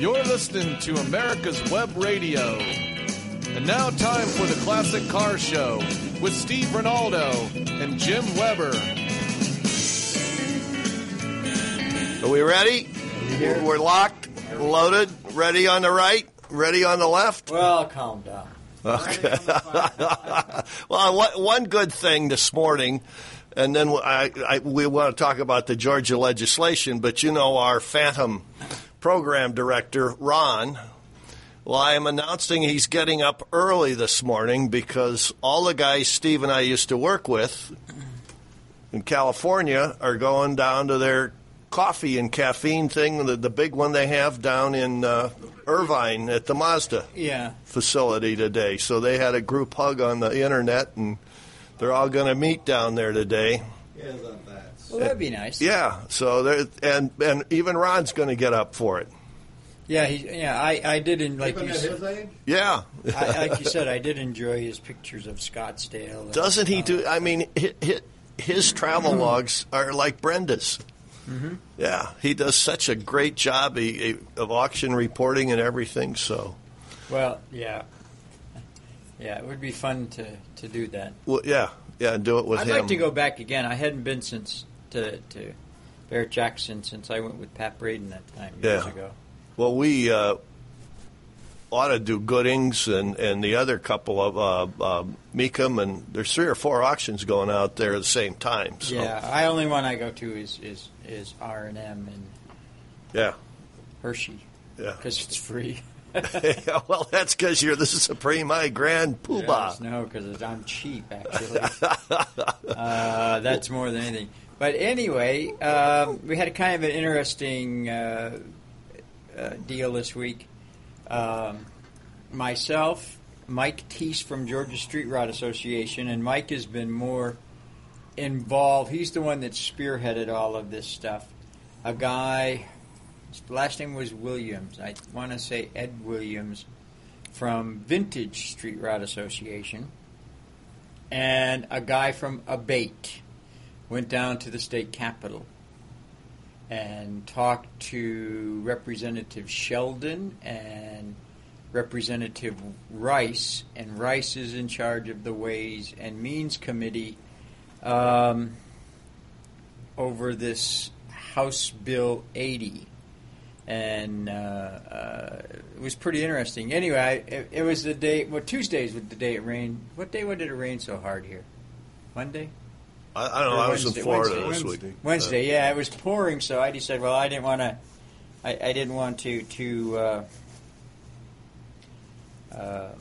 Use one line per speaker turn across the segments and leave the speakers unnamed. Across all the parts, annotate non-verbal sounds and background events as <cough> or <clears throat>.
You're listening to America's Web Radio. And now, time for the Classic Car Show with Steve Ronaldo and Jim Weber.
Are we ready? We're we're locked, loaded, ready on the right, ready on the left.
Well, calm down.
Okay. well, one, one good thing this morning, and then I, I, we want to talk about the Georgia legislation, but you know our Phantom program director, Ron. Well, I am announcing he's getting up early this morning because all the guys Steve and I used to work with in California are going down to their coffee and caffeine thing, the, the big one they have down in uh, Irvine at the Mazda
Yeah.
facility today. So they had a group hug on the internet, and they're all going to meet down there today.
Well, that'd be nice.
Yeah. So there, and and even Ron's going to get up for it.
Yeah. He, yeah. I, I did in like you said,
Yeah.
I, like you said, I did enjoy his pictures of Scottsdale. and- uh,
Doesn't he do? I mean, hi- hi- his travel logs are like Brenda's.
Mm-hmm.
Yeah, he does such a great job he, he, of auction reporting and everything. So,
Well, yeah. Yeah, it would be fun to, to do that.
well, yeah, yeah, do it with
I'd
him.
like to go back again. I hadn't been since to to Bear Jackson since I went with Pat Braden that time years
Yeah.
ago.
Well, we uh, ought to do Goodings and, and the other couple of uh, uh, Meekum, and there's three or four auctions going out there at the same time. So,
Yeah, I only one I go to is is is R and M and
yeah,
Hershey
yeah.
because
<laughs>
it's free.
Yeah, well, that's because you're the supreme I grand poobah.
<laughs> Yes, no, because I'm cheap actually.
<laughs>
uh, that's more than anything. But anyway, um, we had kind of an interesting uh, uh, deal this week. Um, myself, Mike Tease from Georgia Street Rod Association, and Mike has been more involved. He's the one that spearheaded all of this stuff. A guy, his last name was Williams. I want to say Ed Williams from Vintage Street Rod Association, and a guy from Abate went down to the state capitol and talked to Representative Sheldon and Representative Rice, and Rice is in charge of the Ways and Means Committee um, over this House Bill 80 and uh, uh, it was pretty interesting. Anyway, I, it, it was the day. Well, Tuesdays was the day it rained. What day? When did it rain so hard here? Monday.
I, I don't know.
Or
I was
Wednesday-
in Florida
Wednesday,
this
Wednesday.
week.
Wednesday, yeah, it was pouring, so I decided. Well, I didn't want to. I, I didn't want to to uh, um,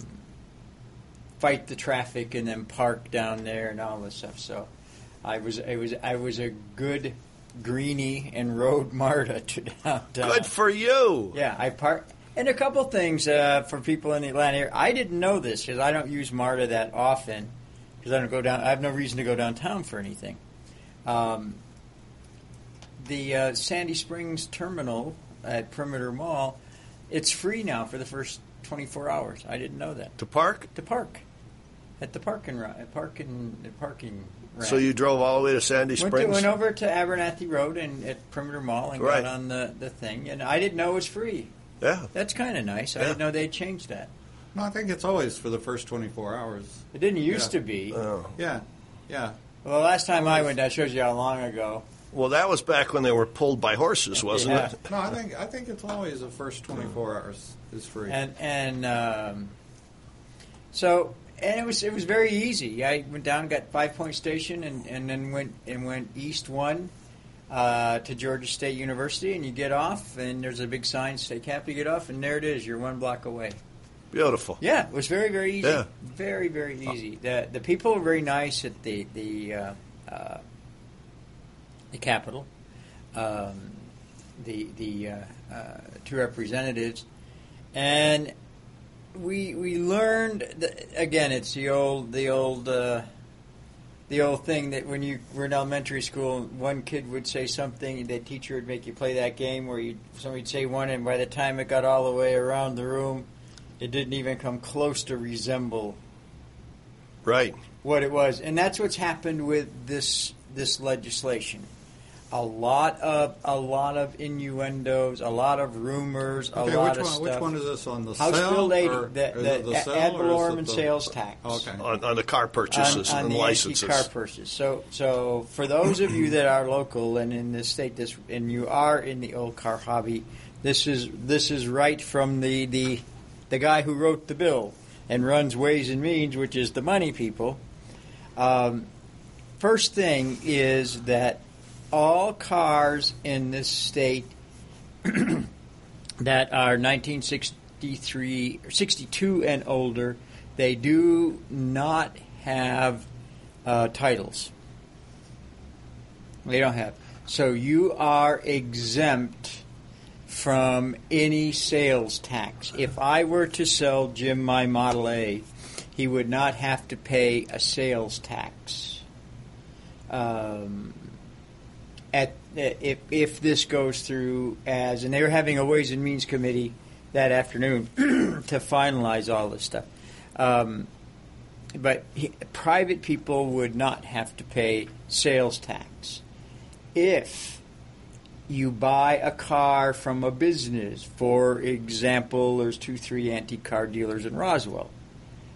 fight the traffic and then park down there and all this stuff. So I was I was I was a good greenie and <laughs> rode Marta to downtown.
Uh, Good for you.
Yeah, I part. And a couple things uh, for people in the Atlanta area. I didn't know this because I don't use MARTA that often because I don't go down. I have no reason to go downtown for anything. Um, the uh, Sandy Springs Terminal at Perimeter Mall, it's free now for the first 24 hours. I didn't know that.
To park.
To park at the parking ri- parking the parking.
So
ramp.
you drove all the way to Sandy
Went, to,
Springs.
went over to Abernathy Road and at Perimeter Mall and
Right.
got on the, the thing, and I didn't know it was free.
yeah.
That's kind of nice. I
Yeah.
didn't know they changed that.
No, I think it's always for the first 24 hours.
It didn't used
Yeah.
to be.
Oh.
Yeah, yeah.
well, the last time I went, that shows you how long ago.
Well, that was back when they were pulled by horses, wasn't
Yeah.
it?
No, I think I think it's always the first 24 hours is free.
And and um, so and it was it was very easy. I went down, got Five Point Station, and, and then went and went east one uh, to Georgia State University, and you get off, and there's a big sign say "Cap to get off," and there it is. You're one block away.
Beautiful.
Yeah, it was very, very easy.
Yeah.
Very, very easy. The the people were very nice at the the uh, uh, the Capitol. Um, the the uh, uh, two representatives, and we we learned that, again. It's the old the old. Uh, the old thing that when you were in elementary school, one kid would say something, and the teacher would make you play that game where you somebody'd say one, and by the time it got all the way around the room, it didn't even come close to resemble
Right.
what it was, and that's what's happened with this this legislation. a lot of a lot of innuendos, a lot of rumors, a
Okay,
lot
which
of
one,
stuff.
which one is this on the
House
sale?
Bill 80,
or-
the-
is
the
it
ad
sell or is it
valorem
the-
sales tax.
Okay.
on, on the car purchases
on, on
and
the
licenses.
antique car purchase. So, so for those of you that are local and in this state, this and you are in the old car hobby, this is this is right from the the the guy who wrote the bill and runs Ways and Means, which is the money people. Um, first thing is that all cars in this state that are 1963 or 62 and older, they do not have uh, titles. They don't have. So you are exempt from any sales tax. If I were to sell Jim my Model A, he would not have to pay a sales tax. Um, at if if this goes through as and they were having a Ways and Means committee that afternoon <clears throat> to finalize all this stuff. Um, but he, private people would not have to pay sales tax if you buy a car from a business. For example, there's two, three antique car dealers in Roswell.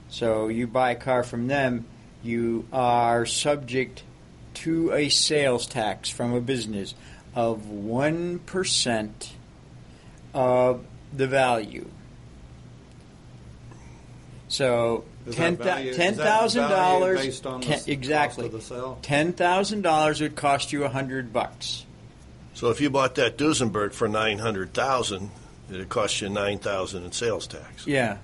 So you buy a car from them, you are subject to a sales tax from a business of 1% of the value. So
Is that
ten
value- is that
thousand
value
dollars
based on the s-
exactly
cost of the sale?
ten thousand dollars would cost you a hundred bucks.
So if you bought that Duesenberg for nine hundred thousand, it'd cost you nine thousand in sales tax.
Yeah,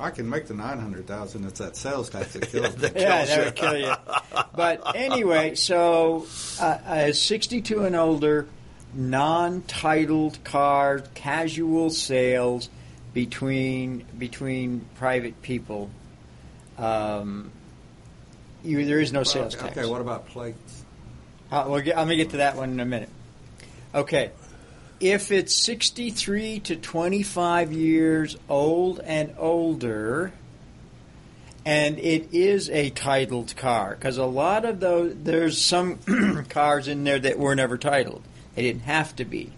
I can make the nine hundred thousand. It's that sales tax that
<laughs>
kills me.
yeah, that would kill you. But
<laughs>
anyway, so uh, uh, 62 and older, non-titled cars, casual sales between between private people. Um, you, there is no sales
okay,
tax.
okay, what about plates?
Uh, we'll get, I'm going to get to that one in a minute. Okay. If it's 63 to 25 years old and older, and it is a titled car, because a lot of those, there's some <clears throat> cars in there that were never titled. They didn't have to be.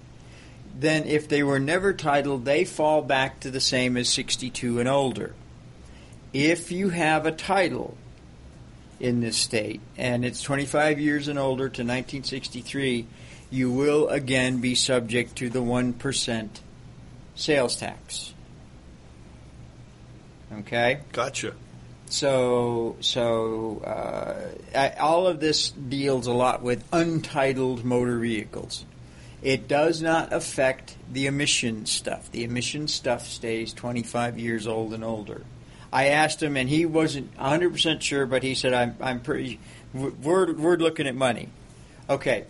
Then, if they were never titled, they fall back to the same as 62 and older. If you have a title, in this state, and it's 25 years and older to 1963, you will again be subject to the 1% sales tax. Okay?
Gotcha.
So, so uh, I, all of this deals a lot with untitled motor vehicles. It does not affect the emission stuff. The emission stuff stays 25 years old and older. I asked him, and he wasn't 100% sure, but he said, I'm, I'm pretty, we're, we're looking at money. Okay.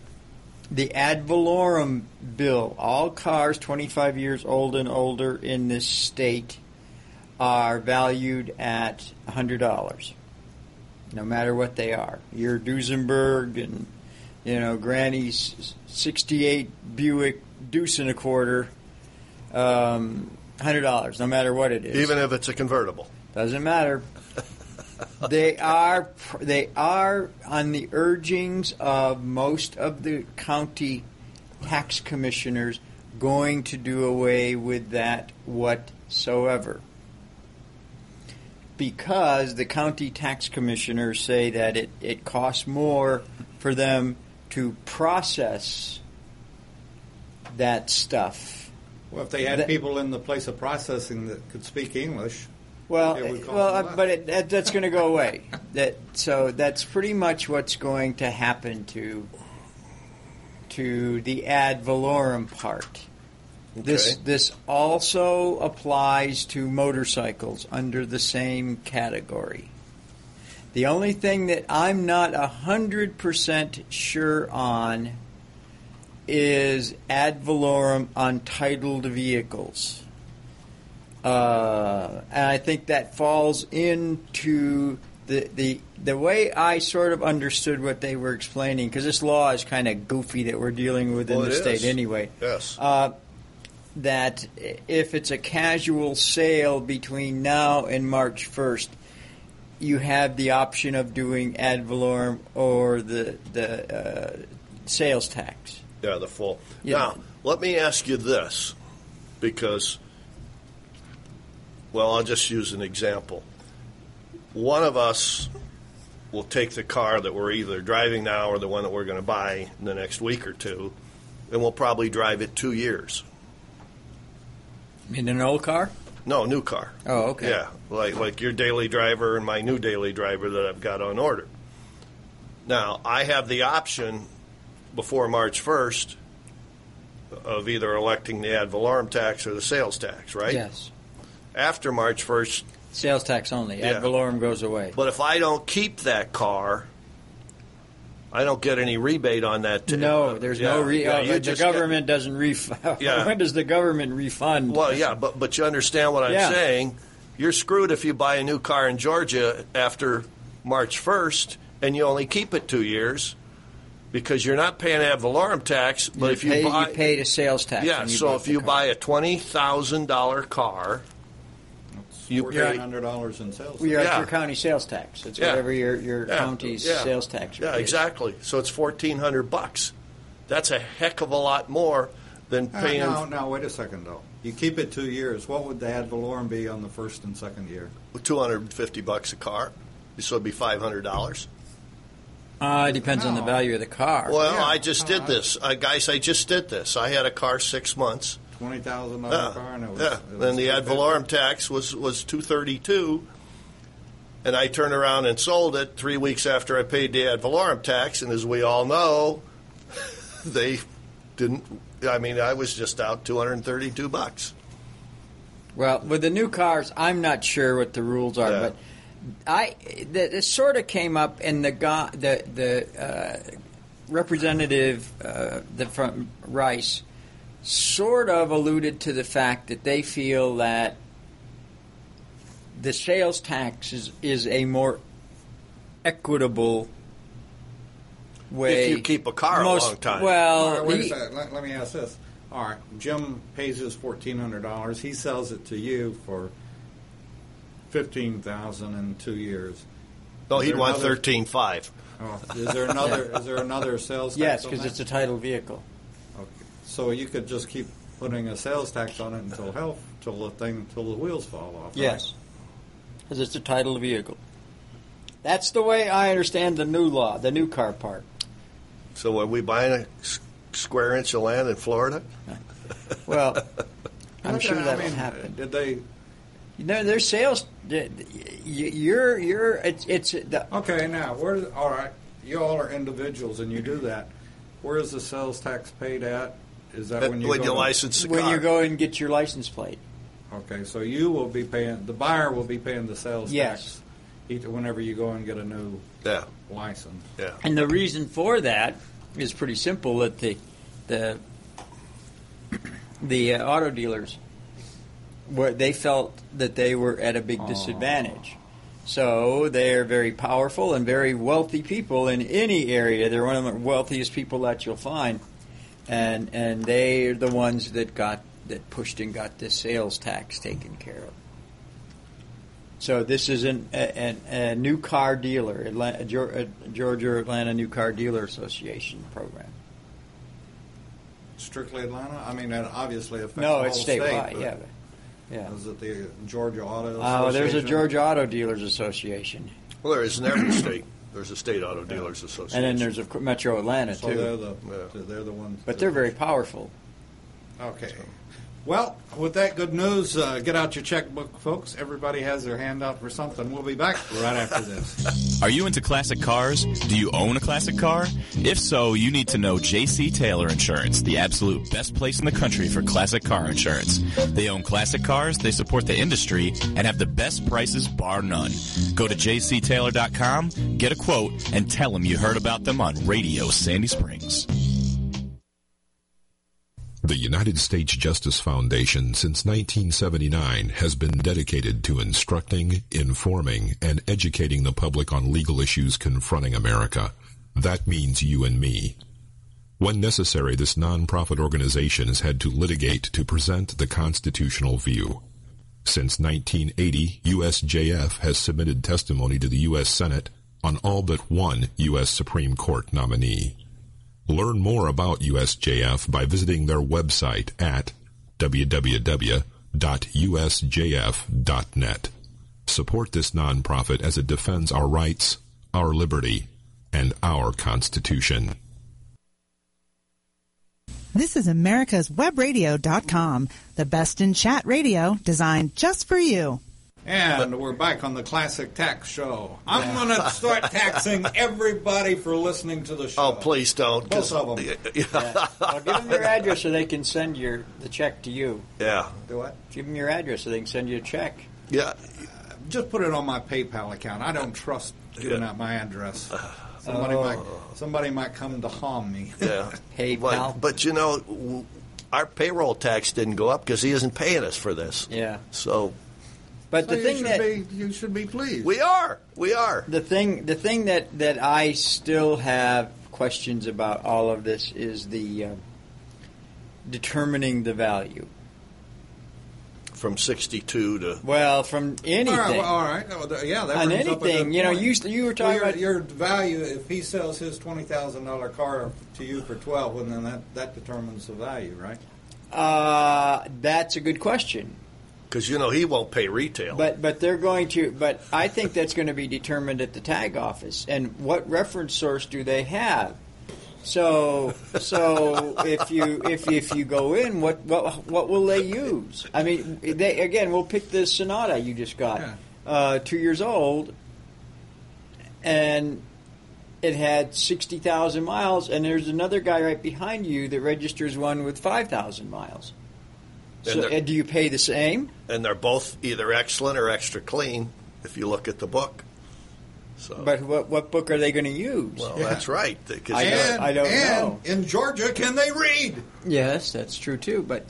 The ad valorem bill, all cars 25 years old and older in this state are valued at $100, no matter what they are. Your Duesenberg and, you know, Granny's 68 Buick Deuce and a quarter, um, $100, no matter what it is.
Even if it's a <laughs> convertible.
Doesn't matter. they are they are on the urgings of most of the county tax commissioners going to do away with that whatsoever. Because the county tax commissioners say that it, it costs more for them to process that stuff.
Well, if they had
That-
people in the place of processing that could speak English,
Well,
It would
uh,
cost
well,
a
uh,
lot.
but it, that, that's going to go away. <laughs> That so that's pretty much what's going to happen to to the ad valorem part. This
Okay.
this also applies to motorcycles under the same category. The only thing that I'm not hundred percent sure on is ad valorem on titled vehicles. Uh, and I think that falls into the, the the way I sort of understood what they were explaining because this law is kind of goofy that we're dealing with
Well,
in
it
the state
is.
anyway.
Yes.
Uh, that if it's a casual sale between now and March 1st, you have the option of doing ad valorem or the the uh, sales tax.
Yeah, the full.
Yeah.
Now, let me ask you this, because, well, I'll just use an example. One of us will take the car that we're either driving now or the one that we're going to buy in the next week or two, and we'll probably drive it two years.
In an old car?
No, new car.
Oh, okay.
Yeah, like like your daily driver and my new daily driver that I've got on order. Now I have the option before March first of either electing the ad valorem tax or the sales tax, right?
Yes.
After March first,
Sales tax only. Ad
Yeah.
valorem goes away.
but if I don't keep that car, I don't get any rebate on that. t-
no, there's no
Yeah,
re-
yeah,
uh,
you
the
just get-
government doesn't <laughs> refund.
Yeah.
when does the government refund?
Well, yeah, but but you understand what I'm
Yeah.
saying. You're screwed if you buy a new car in Georgia after March 1st and you only keep it two years because you're not paying ad valorem tax. But
you
if you
pay,
buy,
you paid a sales tax.
yeah,
when you
so
bought
if
the
you
car.
buy a twenty thousand dollar car, You pay-
Fourteen hundred dollars in sales.
Well, yeah, it's
Yeah.
your county sales tax. It's
Yeah.
whatever your, your
yeah,
county's
yeah,
sales tax.
yeah,
rate is.
exactly. So it's fourteen hundred bucks. That's a heck of a lot more than
Uh,
paying.
no, no, wait a second though. You keep it two years. What would the ad valorem be on the first and second year?
Two hundred and fifty bucks a car, so it'd be five hundred dollars.
Uh, it depends on the
No.
value of the car.
Oh. Well,
Yeah.
I just did
Uh,
this, uh, guys. I just did this. I had a car six months.
Twenty thousand
Yeah,
dollar car, and it was,
yeah.
it was
Then the ad
$250.
valorem tax was was two thirty two, and I turned around and sold it three weeks after I paid the ad valorem tax. And as we all know, <laughs> they didn't. I mean, I was just out two hundred thirty two bucks.
Well, with the new cars, I'm not sure what the rules are,
Yeah.
but I th- this sort of came up in the go- the the uh, representative uh, the, from Rice sort of alluded to the fact that they feel that the sales tax is, is a more equitable way
If you keep a car a long time.
All
Well,
right, wait a
he-
second. Let, let me ask this. All right, Jim pays his fourteen hundred dollars. He sells it to you for fifteen thousand in two years.
No,
Is
he'd
there
want
another-
thirteen five.
Oh, is there
<laughs>
another? is there another sales? tax
yes,
on
because
that?
it's a title vehicle.
Okay. So you could just keep putting a sales tax on it until health, till the thing, till the wheels fall off. right?
Yes, because it's a titled vehicle. That's the way I understand the new law, the new car part.
So are we buying a s- square inch of land in Florida?
Well,
<laughs>
I'm
Okay,
sure
I
that
mean,
will happen.
Did they?
No, their sales. y- y- You're, you're. It's, it's the,
Okay, now where? All right, you all are individuals, and you do that. Where is the sales tax paid at? Is that when you go
you
to-
license the
when
car?
you go and get your license plate.
Okay, so you will be paying, the buyer will be paying the sales
Yes.
tax each- whenever you go and get a new
yeah,
license.
yeah.
And the reason for that is pretty simple that the the the uh, auto dealers where they felt that they were at a big disadvantage. So they are very powerful and very wealthy people in any area. They're one of the wealthiest people that you'll find, and and they are the ones that got that pushed and got this sales tax taken care of. So this is an, a, a, a new car dealer, Atlanta, Georgia Atlanta New Car Dealer Association program.
Strictly Atlanta? I mean, that obviously affects the
No,
whole
it's
state.
statewide.
but
yeah, yeah.
Is it the Georgia Auto
Uh, there's a
Association?
Georgia Auto Dealers Association,
Well, there is in every state. There's a state auto dealers association.
and then there's of course, Metro Atlanta
So
too.
they're the,
Yeah.
they're the ones.
but
that-
they're very
<laughs>
powerful.
Okay. Well, with that good news, uh, get out your checkbook, folks. Everybody has their hand out for something. We'll be back right after this.
Are you into classic cars? Do you own a classic car? If so, you need to know JC Taylor Insurance, the absolute best place in the country for classic car insurance. They own classic cars, they support the industry, and have the best prices bar none. Go to jctaylor.com, get a quote, and tell them you heard about them on Radio Sandy Springs.
The United States Justice Foundation since 1979 has been dedicated to instructing, informing, and educating the public on legal issues confronting America. That means you and me. When necessary, this nonprofit organization has had to litigate to present the constitutional view. Since 1980, USJF has submitted testimony to the U.S. Senate on all but one U.S. Supreme Court nominee. Learn more about USJF by visiting their website at www.usjf.net. Support this nonprofit as it defends our rights, our liberty, and our Constitution.
This is America's Webradio.com, the best in chat radio designed just for you.
And we're back on the Classic Tax Show. I'm going to
<laughs>
start taxing everybody for listening to the show.
Oh, please don't. 'cause-
Both of them.
Well, give them your address so they can send your the check to you.
<laughs> Yeah.
Do what?
Give them your address so they can send you a check.
Yeah.
Just put it on my PayPal account. I don't trust giving out my address. Somebody might somebody might come to harm me.
Oh.
<laughs>
Yeah.
<laughs> Hey, pal.
But, but you know, w- our payroll tax didn't go up because he isn't paying us for this.
Yeah.
So
But
So
the
you
thing
should
that
be, you should be pleased.
we are. We are.
the thing the thing that that I still have questions about all of this is the uh, determining the value.
From 62 to.
Well, from anything.
all right, well, all right. Oh, th- yeah, that
On
brings up a
anything,
good
you know,
point.
you s- you were talking
your,
about-
your value. If he sells his twenty thousand dollar car to you for twelve, and then that that determines the value, right?
Uh, that's a good question.
Because, you know, he won't pay retail.
But but they're going to. But I think that's going to be determined at the tag office. And what reference source do they have? So so if you if if you go in, what what what will they use? I mean, they again, we'll pick this Sonata you just got,
Yeah.
uh, two years old, and. It had sixty thousand miles, and there's another guy right behind you that registers one with five thousand miles.
And
So,
they're-
and do you pay the same?
and they're both either excellent or extra clean if you look at the book. So,
But what what book are they going to use?
well,
Yeah.
that's right. 'cause
I
you know,
and,
don't- I don't
and
know.
In Georgia, can they read?
yes, that's true too. But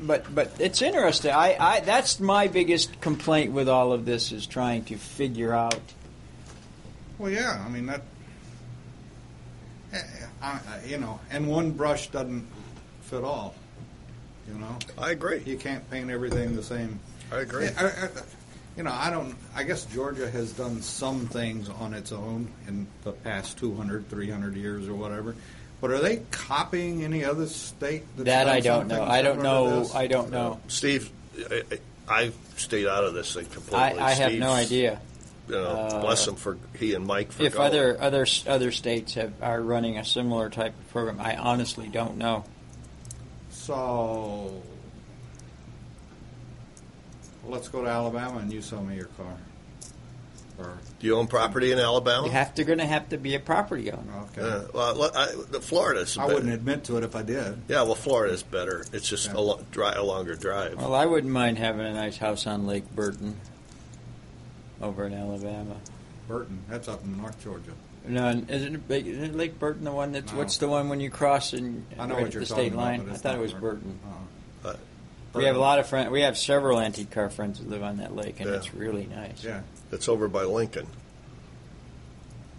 but but it's interesting. I, I that's my biggest complaint with all of this is trying to figure out.
Well, yeah. I mean that. eh, I, I- you know, and one brush doesn't fit all. You know,
I agree.
you can't paint everything the same.
I agree.
Yeah, I- I- you know, I don't. I guess Georgia has done some things on its own in the past 200, 300 years or whatever. But are they copying any other state? That's
That
done
I don't know.
something
I don't
similar to
know.
this?
I don't know.
Steve, I, I I've stayed out of this thing
I,
completely.
I have
Steve's,
no idea
You know,
Uh,
bless him for he and Mike for
if
going.
other other other states have, are running a similar type of program. I honestly don't know.
So let's go to Alabama and you sell me your car. Or
Do you own property in Alabama?
You have to going to have to be a property owner.
okay,
Uh, well, look, I, the Florida's.
I
better.
wouldn't admit to it if I did.
Yeah, well, Florida's better. It's just a, lo- dry, a longer drive.
Well, I wouldn't mind having a nice house on Lake Burton over in Alabama.
Burton, that's up in North Georgia.
No, and isn't it big- isn't Lake Burton the one that's
No.
what's the one when you cross and
I know
right
what
at
you're
the
talking
state
about,
line?
but
I
it's
thought
not Oh,
it was Burton.
Burton.
We have a lot of friends. We have several antique car friends that live on that lake, and
Yeah.
it's really nice.
Yeah,
It's over by Lincoln,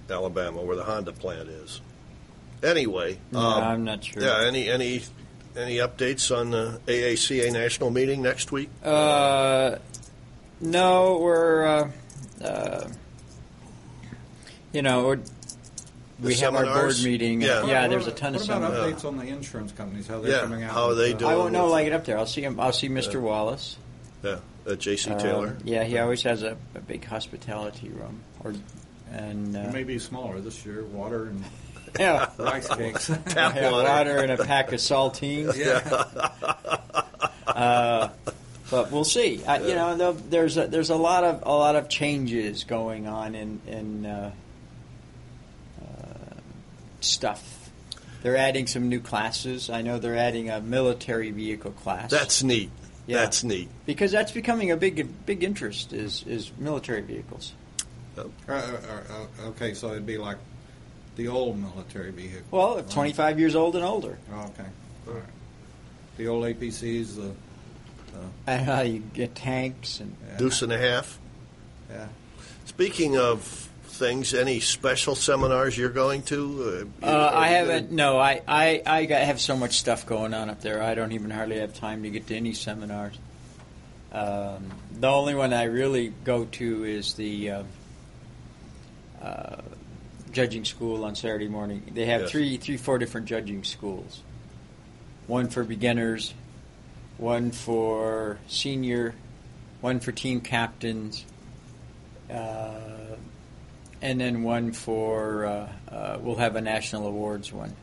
Alabama, where the Honda plant is. Anyway,
No,
um,
I'm not sure.
Yeah, any any any updates on the AACA national meeting next week?
Uh, no, we're uh, uh, you know we're, we have our board
seminars?
meeting.
Yeah.
yeah.
What
There's a
about-
ton of
what about
stuff.
updates on the insurance companies? How they're
Yeah,
coming out?
how
with,
they
uh,
do
I won't know. Like it up there. I'll see him. I'll see Mr. Wallace.
Yeah, uh, J.C.
Um,
Taylor.
yeah, he always has a, a big hospitality room. Or and uh,
It may be smaller this year. Water
<laughs>
and
yeah,
rice cakes.
Tap
I have
water.
water and a pack
<laughs>
of saltines. Uh,
yeah.
But we'll see. I, you know, there'll- there's a, there's a lot of a lot of changes going on in in uh, uh, stuff. They're adding some new classes. I know they're adding a military vehicle class.
That's neat.
Yeah.
That's neat.
because that's becoming a big big interest is is military vehicles.
<laughs> Uh, uh, uh, okay, so it'd be like the old military vehicle.
Well,
right?
if 25 years old and older. <laughs>
Oh, okay. All right. The old APCs, the
And how you get tanks and
Deuce and a half.
yeah.
Speaking of things, any special seminars you're going to? Uh,
Uh, I haven't. No, I I I got, have so much stuff going on up there. I don't even hardly have time to get to any seminars. Um, the only one I really go to is the uh, uh, judging school on Saturday morning. They have
Yes.
three, three, four different judging schools. One for beginners, one for senior, one for team captains, uh, and then one for uh, uh, we'll have a national awards one.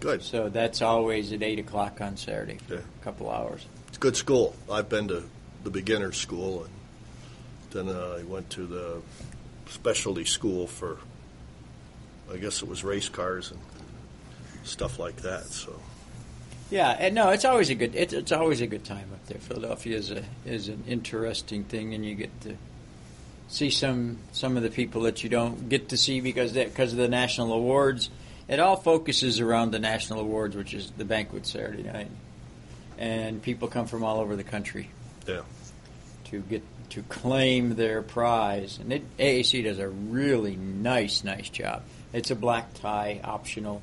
Good.
So that's always at eight o'clock on Saturday for
Yeah.
a couple hours.
It's a good school. I've been to the beginner school, and then uh, I went to the specialty school for, I guess it was race cars and stuff like that. So
Yeah, and no, it's always a good it's, it's always a good time up there. Philadelphia is a is an interesting thing, and you get to see some some of the people that you don't get to see because that because of the national awards. It all focuses around the national awards, which is the banquet Saturday night, and people come from all over the country
yeah,
to get to claim their prize. And it, AAC does a really nice nice job. It's a black tie optional.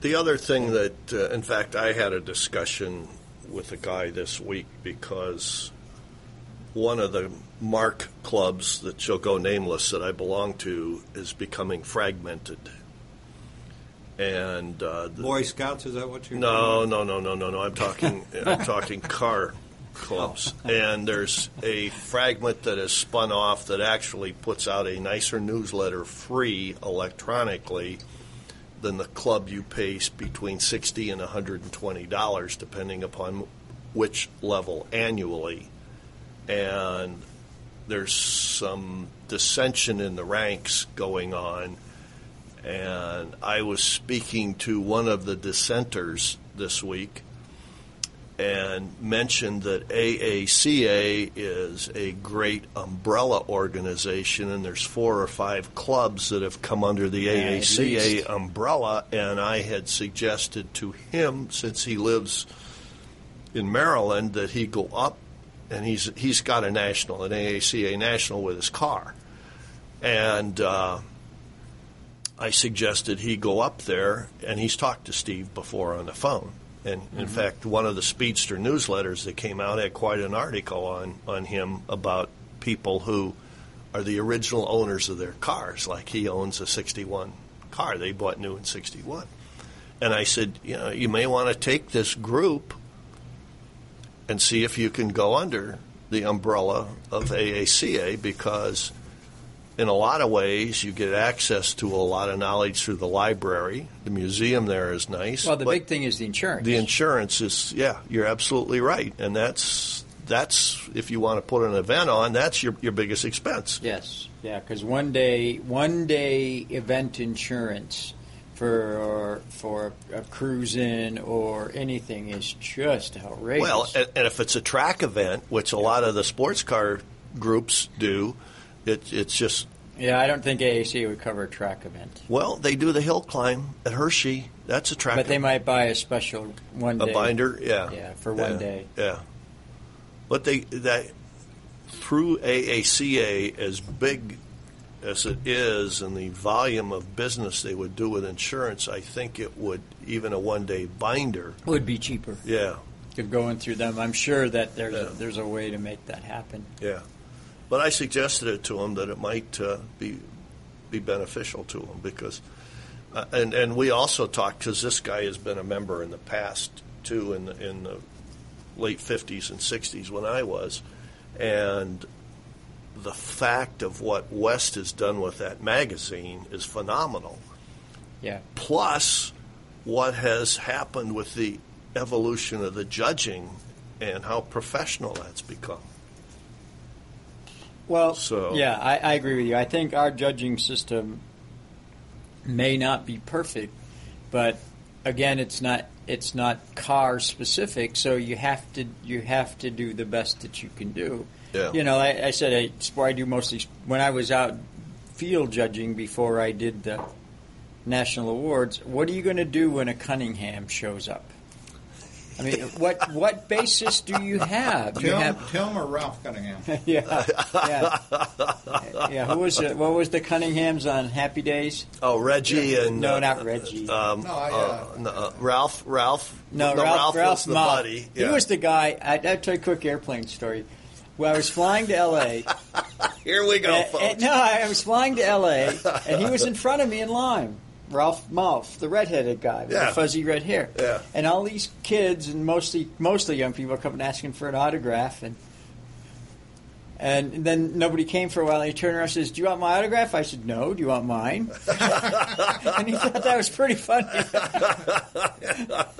the other thing that, uh, in fact, I had a discussion with a guy this week because one of the mark clubs that shall go nameless that I belong to is becoming fragmented. And uh, the,
Boy Scouts, is that what you
No, no, no, no, no, no. I'm talking. I'm talking car clubs. And there's a fragment that is spun off that actually puts out a nicer newsletter, free electronically, than the club you pay s- between sixty and 120 dollars, depending upon which level annually. And there's some dissension in the ranks going on and I was speaking to one of the dissenters this week and mentioned that AACA is a great umbrella organization and there's four or five clubs that have come under the
at least.
AACA umbrella and I had suggested to him since he lives in Maryland that he go up and he's he's got a national an AACA national with his car and uh, I suggested he go up there, and he's talked to Steve before on the phone. And in fact, one of the Speedster newsletters that came out had quite an article on, on him about people who are the original owners of their cars. Like he owns a 61 car they bought new in 61. And I said, you know, you may want to take this group and see if you can go under the umbrella of AACA because in a lot of ways, you get access to a lot of knowledge through the library. The museum there is nice.
Well, the
but
big thing is the insurance.
the insurance is yeah, you're absolutely right, and that's that's if you want to put an event on, that's your your biggest expense.
Yes, yeah, because one day, one day event insurance for for a cruise in or anything is just outrageous.
Well, uh, and, and if it's a track event, which a lot of the sports car groups do, it, it's just
yeah, I don't think AAC would cover a track event,
well, they do the hill climb at Hershey. That's a track.
but they
event.
might buy a special one
a
day
binder yeah
Yeah, for one
Yeah,
day.
yeah but they that through AACA as big as it is and the volume of business they would do with insurance I think it would even a one day binder
would be cheaper.
yeah
If going through them, I'm sure that there's
Yeah.
a, there's a way to make that happen.
yeah but I suggested it to him that it might uh, be be beneficial to him because uh, and and we also talked because this guy has been a member in the past too in the, in the late 50s and 60s when I was and the fact of what West has done with that magazine is phenomenal
Yeah,
plus what has happened with the evolution of the judging and how professional that's become
Well,
So-
yeah, I, I agree with you. I think our judging system may not be perfect, but again, it's not it's not car specific. So you have to you have to do the best that you can do.
Yeah.
You know, I, I said I, it's why I do mostly when I was out field judging before I did the national awards. What are you going to do when a Cunningham shows up? I mean, what what basis do you have? You
Tim,
have
Tim or Ralph Cunningham?
<laughs> yeah, yeah, yeah. Who was it? What was the Cunninghams on Happy Days?
oh Reggie and
No,
uh,
not Reggie.
um,
No, I,
uh,
uh,
no, uh, Ralph Ralph
no,
Ralph,
Ralph.
was
Ralph
the
Mott.
buddy
He was the guy. I, I'll tell you a quick airplane story. Well, I was flying to L.A.
<laughs> Here we go,
Uh,
folks.
uh, no, I was flying to L.A. and he was in front of me in line. Ralph Mouth, the redheaded guy with
Yeah.
the fuzzy red hair.
Yeah.
And all these kids and mostly mostly young people come and asking for an autograph and and then nobody came for a while. And he turned around and says, "Do you want my autograph?" I said, "No. Do you want mine?" <laughs> and he thought that was pretty funny.
well,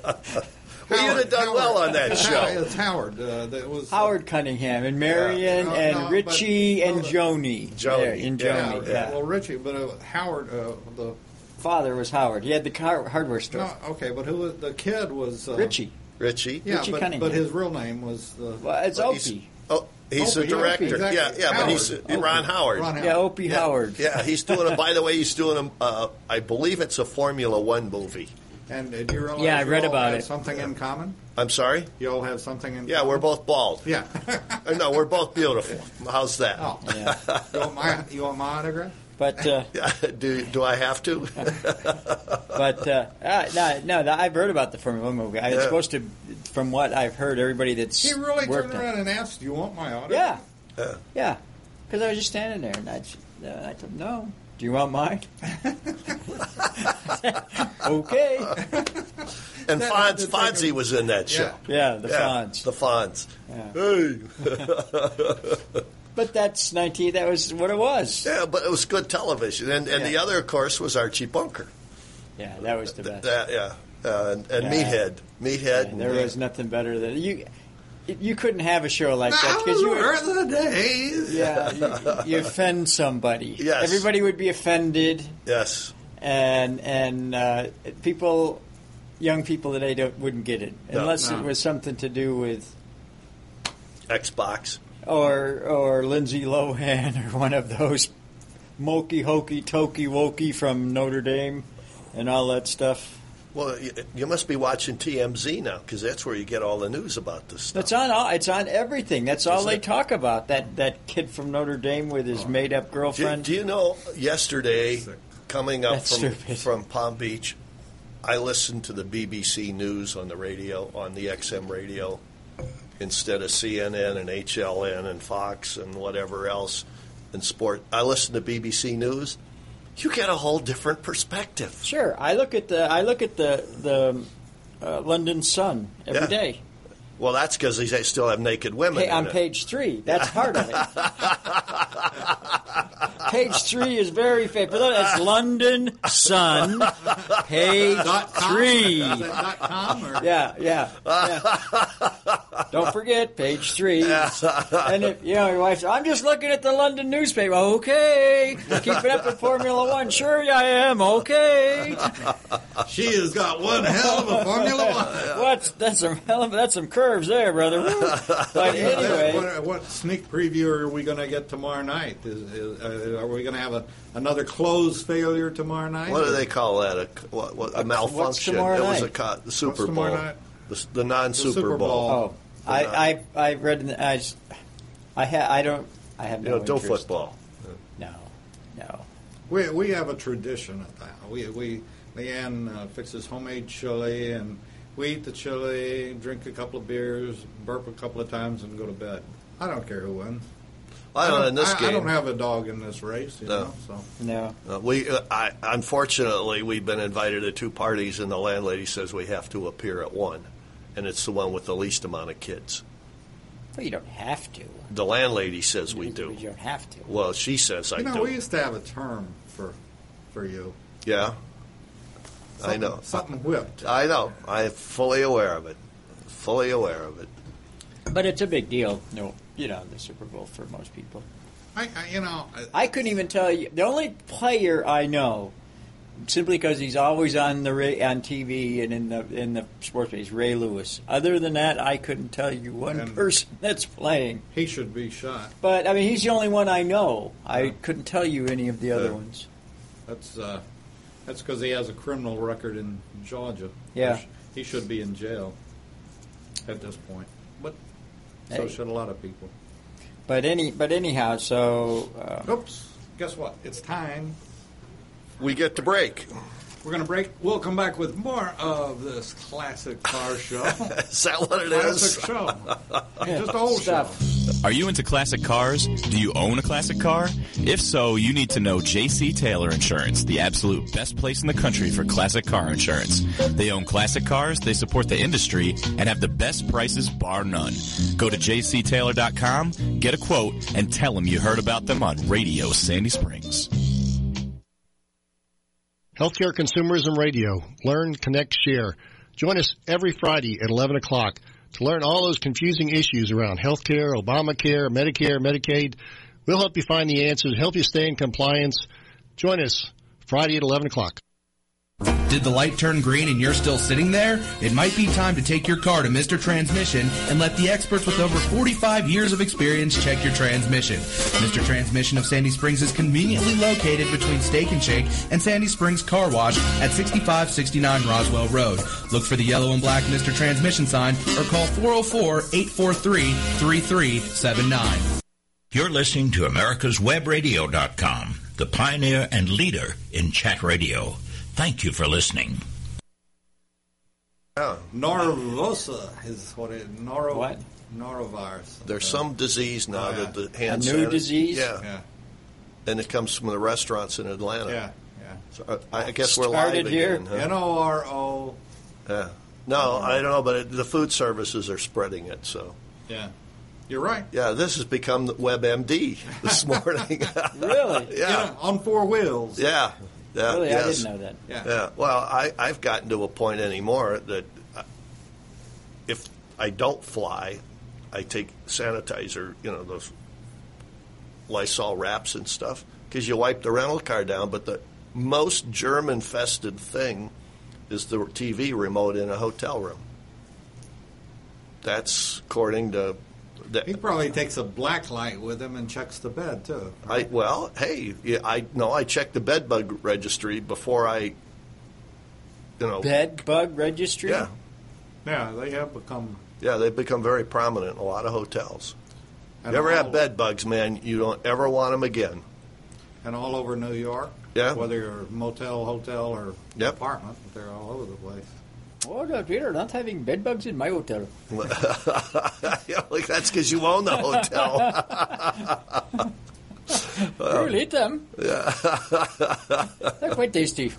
you'd have done well on that
It's Howard-
show.
It's Howard. Uh, that was
Howard Cunningham and Marion
no,
and
no, but-
Richie
no,
and
but-
Joni.
Joni,
There, and
yeah,
Yeah,
Joni. Yeah,
Well, Richie, but uh, Howard, uh, the
Father was Howard. He had the car- hardware store.
no, okay, but who was the kid was uh,
Richie.
Richie.
Yeah,
Richie
but,
Cunningham.
but his real name was uh, the
Well, it's
But
Opie.
he's- Oh, he's
Opie,
the director.
yeah, exactly.
Yeah, yeah, but he's
Howard.
uh, Ron Howard.
Ron Howard.
Yeah, Opie
Yeah,
Howard.
Yeah, he's doing a. By the way, he's doing a. Uh, I believe it's a Formula One movie.
And uh, do you realize
Yeah, I
you
read
all
about
have
it.
Something in common.
I'm sorry.
You all have something in.
Yeah, we're both bald.
Yeah.
Uh, no, we're both beautiful. How's that?
<laughs> Oh.
Yeah.
you, want my, you want my autograph?
But
<laughs>
uh,
do do I have to?
but uh, uh, no, no, no, I've heard about the Formula One movie. I,
Yeah.
It's supposed to, from what I've heard, everybody that's
He really
worked
turned
on-
around and asked, "Do you want my
Yeah,
autograph?"
yeah, because I was just standing there and I, just- uh, I said, "No, do you want mine?"
<laughs>
<laughs> okay,
And
That-
Fonz,
that's like
Fonzie
a-
was in that show.
yeah, the
Yeah,
Fonz.
The Fonz.
Yeah.
Hey.
<laughs>
but that's nineteen. That was what it was.
Yeah, but it was good television. And and
Yeah.
the other, of course, was Archie Bunker.
Yeah, that was the
Th-
best.
that yeah, uh, and, and
Yeah.
Meathead, Meathead.
there
and-
was nothing better than you. You couldn't have a show like that
Now
because you were.
those were the days.
Yeah, you, you offend somebody.
<laughs> Yes.
Everybody would be offended,
yes.
and and uh, people, young people today don't wouldn't get it
No.
unless
No.
it was something to do with
Xbox.
or or Lindsay Lohan or one of those mokey hokey tokey wokey from Notre Dame and all that stuff.
Well, you, you must be watching TMZ now because that's where you get all the news about this stuff.
That's on all. It's on everything. That's all
Isn't
they
it?
talk about. That that kid from Notre Dame with his made up
do,
girlfriend.
do you know? Yesterday, coming up
That's
from
stupid.
from Palm Beach, I listened to the BBC News on the radio on the XM radio instead of CNN and HLN and Fox and whatever else in sport. I listened to BBC News. You get a whole different perspective.
Sure, I look at the I look at the the uh, London Sun every
Yeah.
day.
Well, that's because they still have naked women.
Pa- on
in it.
page three. That's
<laughs>
part of it. page three is very favorite. It's London
<laughs>
Sun, page three.
Is that dot com or?
Yeah, yeah, yeah.
<laughs>
Don't forget page three. And if you know your wife, says, I'm just looking at the London newspaper. Okay, keeping up with Formula One. Sure, I am. Okay.
She has got one hell of a Formula One.
What's that's some hell of that's some curves there, brother. Woo. But anyway,
what, what sneak preview are we going to get tomorrow night? Is, is, uh, are we going to have a, another close failure tomorrow night?
What do they call that? A, what, what, a malfunction.
tomorrow
it was a
night?
co- the Super
What's
Bowl.
tomorrow night?
The, s- the non-Super
The Super
Bowl.
Bowl.
oh, I I I read in the, I just, I ha, I don't I have
You
no
know, do
Oh, interest.
football.
No, no.
We, we have a tradition at the house. We, we Leanne uh, fixes homemade chili, and we eat the chili, drink a couple of beers, burp a couple of times, and go to bed. I don't care who wins.
I don't. know in this
I,
game,
I don't have a dog in this race, you
No.
know. So
No.
uh, we. Uh, I, unfortunately, we've been invited to two parties, and the landlady says we have to appear at one, and it's the one with the least amount of kids.
Well, you don't have to.
The landlady says we
You
do.
don't have to.
Well, she says I
you know,
do.
we used to have a term for for you.
yeah, I
Something-
know.
something whipped.
I know. I'm fully aware of it. Fully aware of it.
But it's a big deal. No, you know the Super Bowl for most people.
I, I you know. I,
I couldn't even tell you the only player I know, simply because he's always on the ra- on TV and in the in the sports page. Ray Lewis. Other than that, I couldn't tell you one
And-
person that's playing.
he should be shot.
But I mean, he's the only one I know. I couldn't tell you any of the other ones.
That's uh, that's because he has a criminal record in Georgia.
Yeah.
He sh- he should be in jail at this point. But
Hey.
so should a lot of people.
But any but anyhow, so uh,
Oops. Guess what? It's time.
We get to break.
We're going to break. We'll come back with more of this classic car show.
<laughs> Is that what it is?
classic show. Just the whole
Stuff.
show.
Are you into classic cars? Do you own a classic car? If so, you need to know JC Taylor Insurance, the absolute best place in the country for classic car insurance. They own classic cars, they support the industry, and have the best prices bar none. Go to jctaylor.com, get a quote, and tell them you heard about them on Radio Sandy Springs.
Healthcare Consumerism Radio. Learn, connect, share. Join us every Friday at 11 o'clock to learn all those confusing issues around healthcare, Obamacare, Medicare, Medicaid. We'll help you find the answers, help you stay in compliance. Join us Friday at 11 o'clock.
Did the light turn green and you're still sitting there? It might be time to take your car to Mr. Transmission and let the experts with over 45 years of experience check your transmission. Mr. Transmission of Sandy Springs is conveniently located between Steak and Shake and Sandy Springs Car Wash at 6569 Roswell Road. Look for the yellow and black Mr. Transmission sign or call 404-843-3379.
You're listening to AmericasWebRadio.com, the pioneer and leader in chat radio. Thank you for listening.
Norvosa is what it Noro,
What?
Norovirus.
There's some disease now
Oh, yeah.
that the hand
A new
sanit-
disease?
Yeah.
Yeah.
and it comes from the restaurants in Atlanta.
Yeah. Yeah.
So uh, I, I guess we're
Started
live
here.
again. huh?
N O R O.
Yeah. No, I don't know, but it, the food services are spreading it. So
Yeah. You're right.
yeah, this has become the WebMD this <laughs> morning. <laughs>
Really?
yeah.
on four wheels.
Yeah. Yeah.
Really? I
yes.
didn't know that.
Yeah.
Yeah. Well, I, I've gotten to a point anymore that uh, if I don't fly, I take sanitizer, you know, those Lysol wraps and stuff, because you wipe the rental car down. But the most germ infested thing is the TV remote in a hotel room. That's according to. The,
He probably takes a black light with him and checks the bed too.
I well, hey, yeah, I no, I checked the bed bug registry before I, you know,
Bed bug registry?
yeah,
Yeah, they have become.
yeah, they've become very prominent in a lot of hotels.
and
you ever
all-
have bed bugs, man? You don't ever want them again. <laughs>
and all over New York.
Yeah.
Whether you're motel, hotel, or
Yep.
apartment, they're all over the place.
Oh, no, Peter, not having bed bugs in my hotel.
Yeah, like that's because you own the
<laughs>
hotel.
You'll eat them.
<laughs>
They're quite tasty.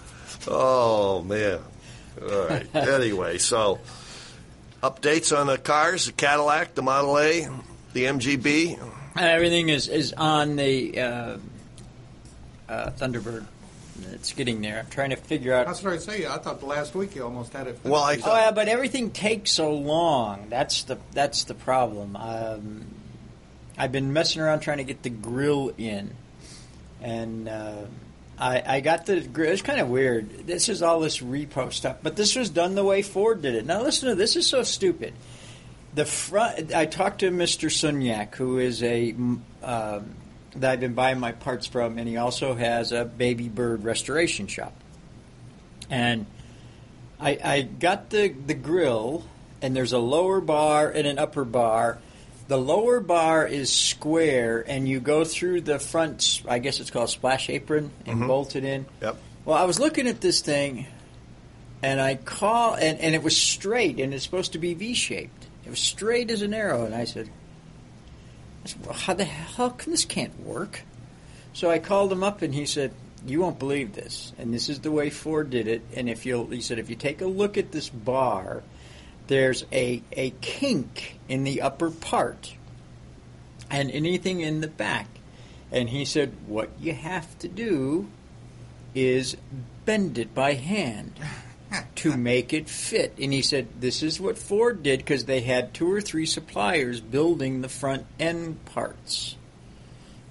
oh man. All right. Anyway, so updates on the cars: the Cadillac, the Model A, the MGB.
Uh, Everything is, is on the uh, uh, Thunderbird. It's getting there. I'm trying to figure out.
That's what I say. I thought last week you almost had it.
Well, I-
finished.
Oh yeah, but everything takes so long. That's the that's the problem. Um, I've been messing around trying to get the grill in, and uh, I I got the grill. It's kind of weird. This is all this repo stuff, but this was done the way Ford did it. Now listen to this. this is so stupid. The front. I talked to Mr. Sunyak, who is a mm, um, that I've been buying my parts from, and he also has a baby bird restoration shop, and. I, I got the, the grill, and there's a lower bar and an upper bar. The lower bar is square, and you go through the front, s- I guess it's called splash apron, and bolt it in.
Yep.
Well, I was looking at this thing, and I call, and, and it was straight, and it's supposed to be V shaped. It was straight as an arrow, and I said, I said, well, how the hell can this can't work? So I called him up, and he said, "You won't believe this, and this is the way Ford did it. And if you'll," he said, "if you take a look at this bar, there's a a kink in the upper part, and anything in the back." And he said, "What you have to do is bend it by hand." to make it fit. And he said, this is what Ford did because they had two or three suppliers building the front end parts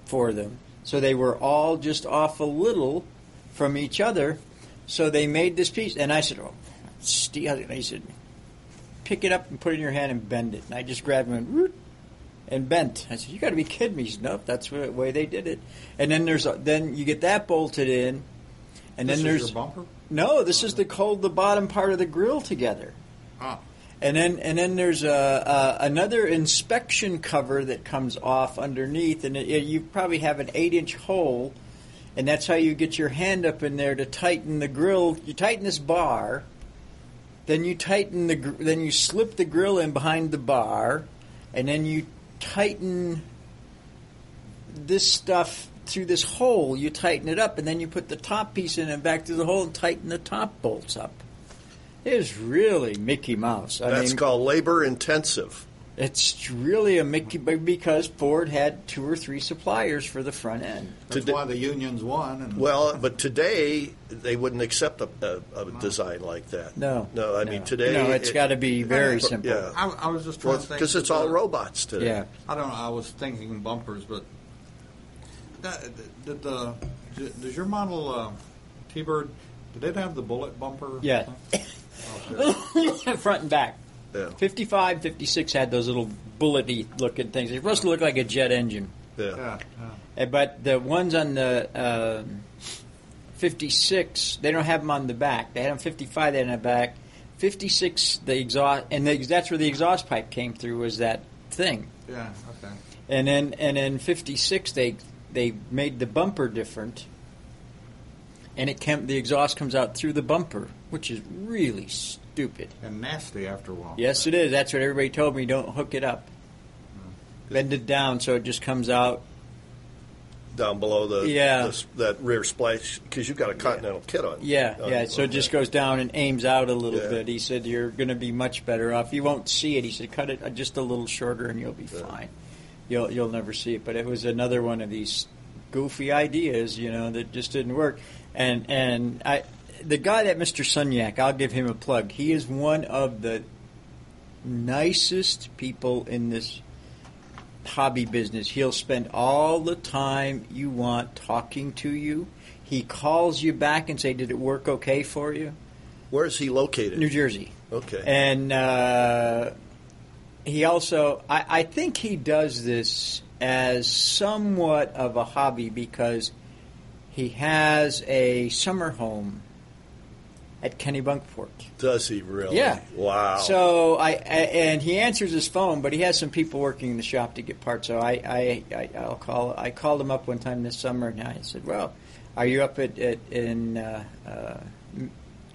for them. So they were all just off a little from each other. So they made this piece. And I said, oh, steal it. I said, pick it up and put it in your hand and bend it. And I just grabbed it and went, "Root," and bent. I said, you got to be kidding me. He said, nope, that's the way they did it. And then there's a, then you get that bolted in. And
This
then
is
there's
your bumper?
no, this is to hold the bottom part of the grill together.
Ah.
And then and then there's a, a another inspection cover that comes off underneath, and it, you probably have an eight inch hole and that's how you get your hand up in there to tighten the grill. You tighten this bar, then you tighten the gr- then you slip the grill in behind the bar, and then you tighten this stuff through this hole. You tighten it up, and then you put the top piece in and back through the hole and tighten the top bolts up. It is really Mickey Mouse. I
That's
mean,
called labor intensive.
it's really a Mickey because Ford had two or three suppliers for the front end.
That's why the unions won. And
Well, but today they wouldn't accept a, a, a design like that.
No.
no. I mean today,
No, it's
it-
got to be very
Yeah.
simple.
Yeah.
I, I was just trying
Well,
to think
because it's all
about-
robots today.
Yeah.
I don't know. I was thinking bumpers, but that, did the did- does your model uh, T-Bird? Did it have the bullet bumper?
<laughs> Yeah. front and back.
Yeah.
55, 56 had those little bullety looking things. It must look like a jet engine.
Yeah.
Yeah, yeah.
Uh, But the ones on the um 56, they don't have them on the back. They had them 55, they had 'em on the back. 56, the exhaust, and the, that's where the exhaust pipe came through was that thing.
Yeah. Okay.
And then and in '56 they they made the bumper different, and it came, the exhaust comes out through the bumper, which is really stupid.
And nasty after a while.
Yes, it is. That's what everybody told me. Don't hook it up. Bend it down so it just comes out.
down below the,
Yeah.
the- that rear splash because you've got a Continental kit on.
Yeah,
on-
yeah. So
on
it just
there.
goes down and aims out a little
Oh, Yeah.
bit. He said you're going to be much better off. You won't see it. He said cut it uh, just a little shorter and you'll be fine. You'll you'll never see it. But it was another one of these goofy ideas, you know, that just didn't work. And and I, the guy that Mr. Sunyak, I'll give him a plug. He is one of the nicest people in this hobby business. He'll spend all the time you want talking to you. He calls you back and say, "Did it work okay for you?"
Where is he located?
New Jersey.
Okay.
And uh, he also, I, I think he does this as somewhat of a hobby because he has a summer home at Kennebunkport.
Does he really?
Yeah.
Wow.
So I, I and he answers his phone, but he has some people working in the shop to get parts. So I, I, I I'll call. I called him up one time this summer, and I said, "Well, are you up at, at in uh, uh,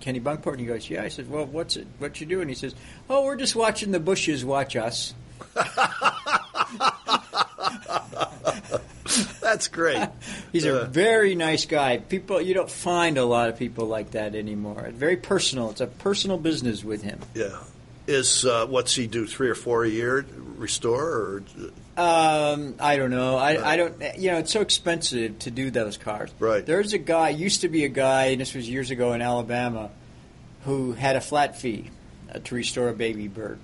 Kenny Bunkport?" And he goes, "Yeah." I said, "Well, what's it? What you doing?" He says, "Oh, we're just watching the bushes watch us."
that's
<laughs>
great.
He's
Uh,
a very nice guy. People, you don't find a lot of people like that anymore. Very personal. It's a personal business with him.
yeah. Is uh, what's he do? Three or four a year? Restore or
Um, I don't know. I, I don't. You know, it's so expensive to do those cars.
Right.
There's a guy. Used to be a guy, and this was years ago in Alabama, who had a flat fee uh, to restore a baby bird.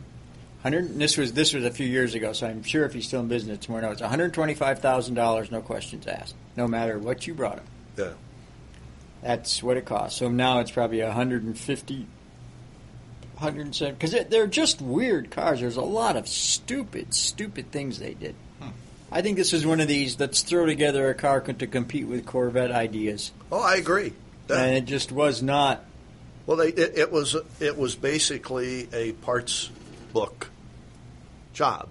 Hundred. and This was this was a few years ago, so I'm sure if he's still in business tomorrow, no, it's one hundred twenty-five thousand dollars, no questions asked, no matter what you brought him.
yeah.
That's what it costs. So now it's probably 150, 170. Because they're just weird cars. There's a lot of stupid, stupid things they did.
Hmm.
I think this is one of these let's throw together a car co- to compete with Corvette ideas.
Oh, I agree. Yeah.
And it just was not.
Well, they, it, it was it was basically a parts book job.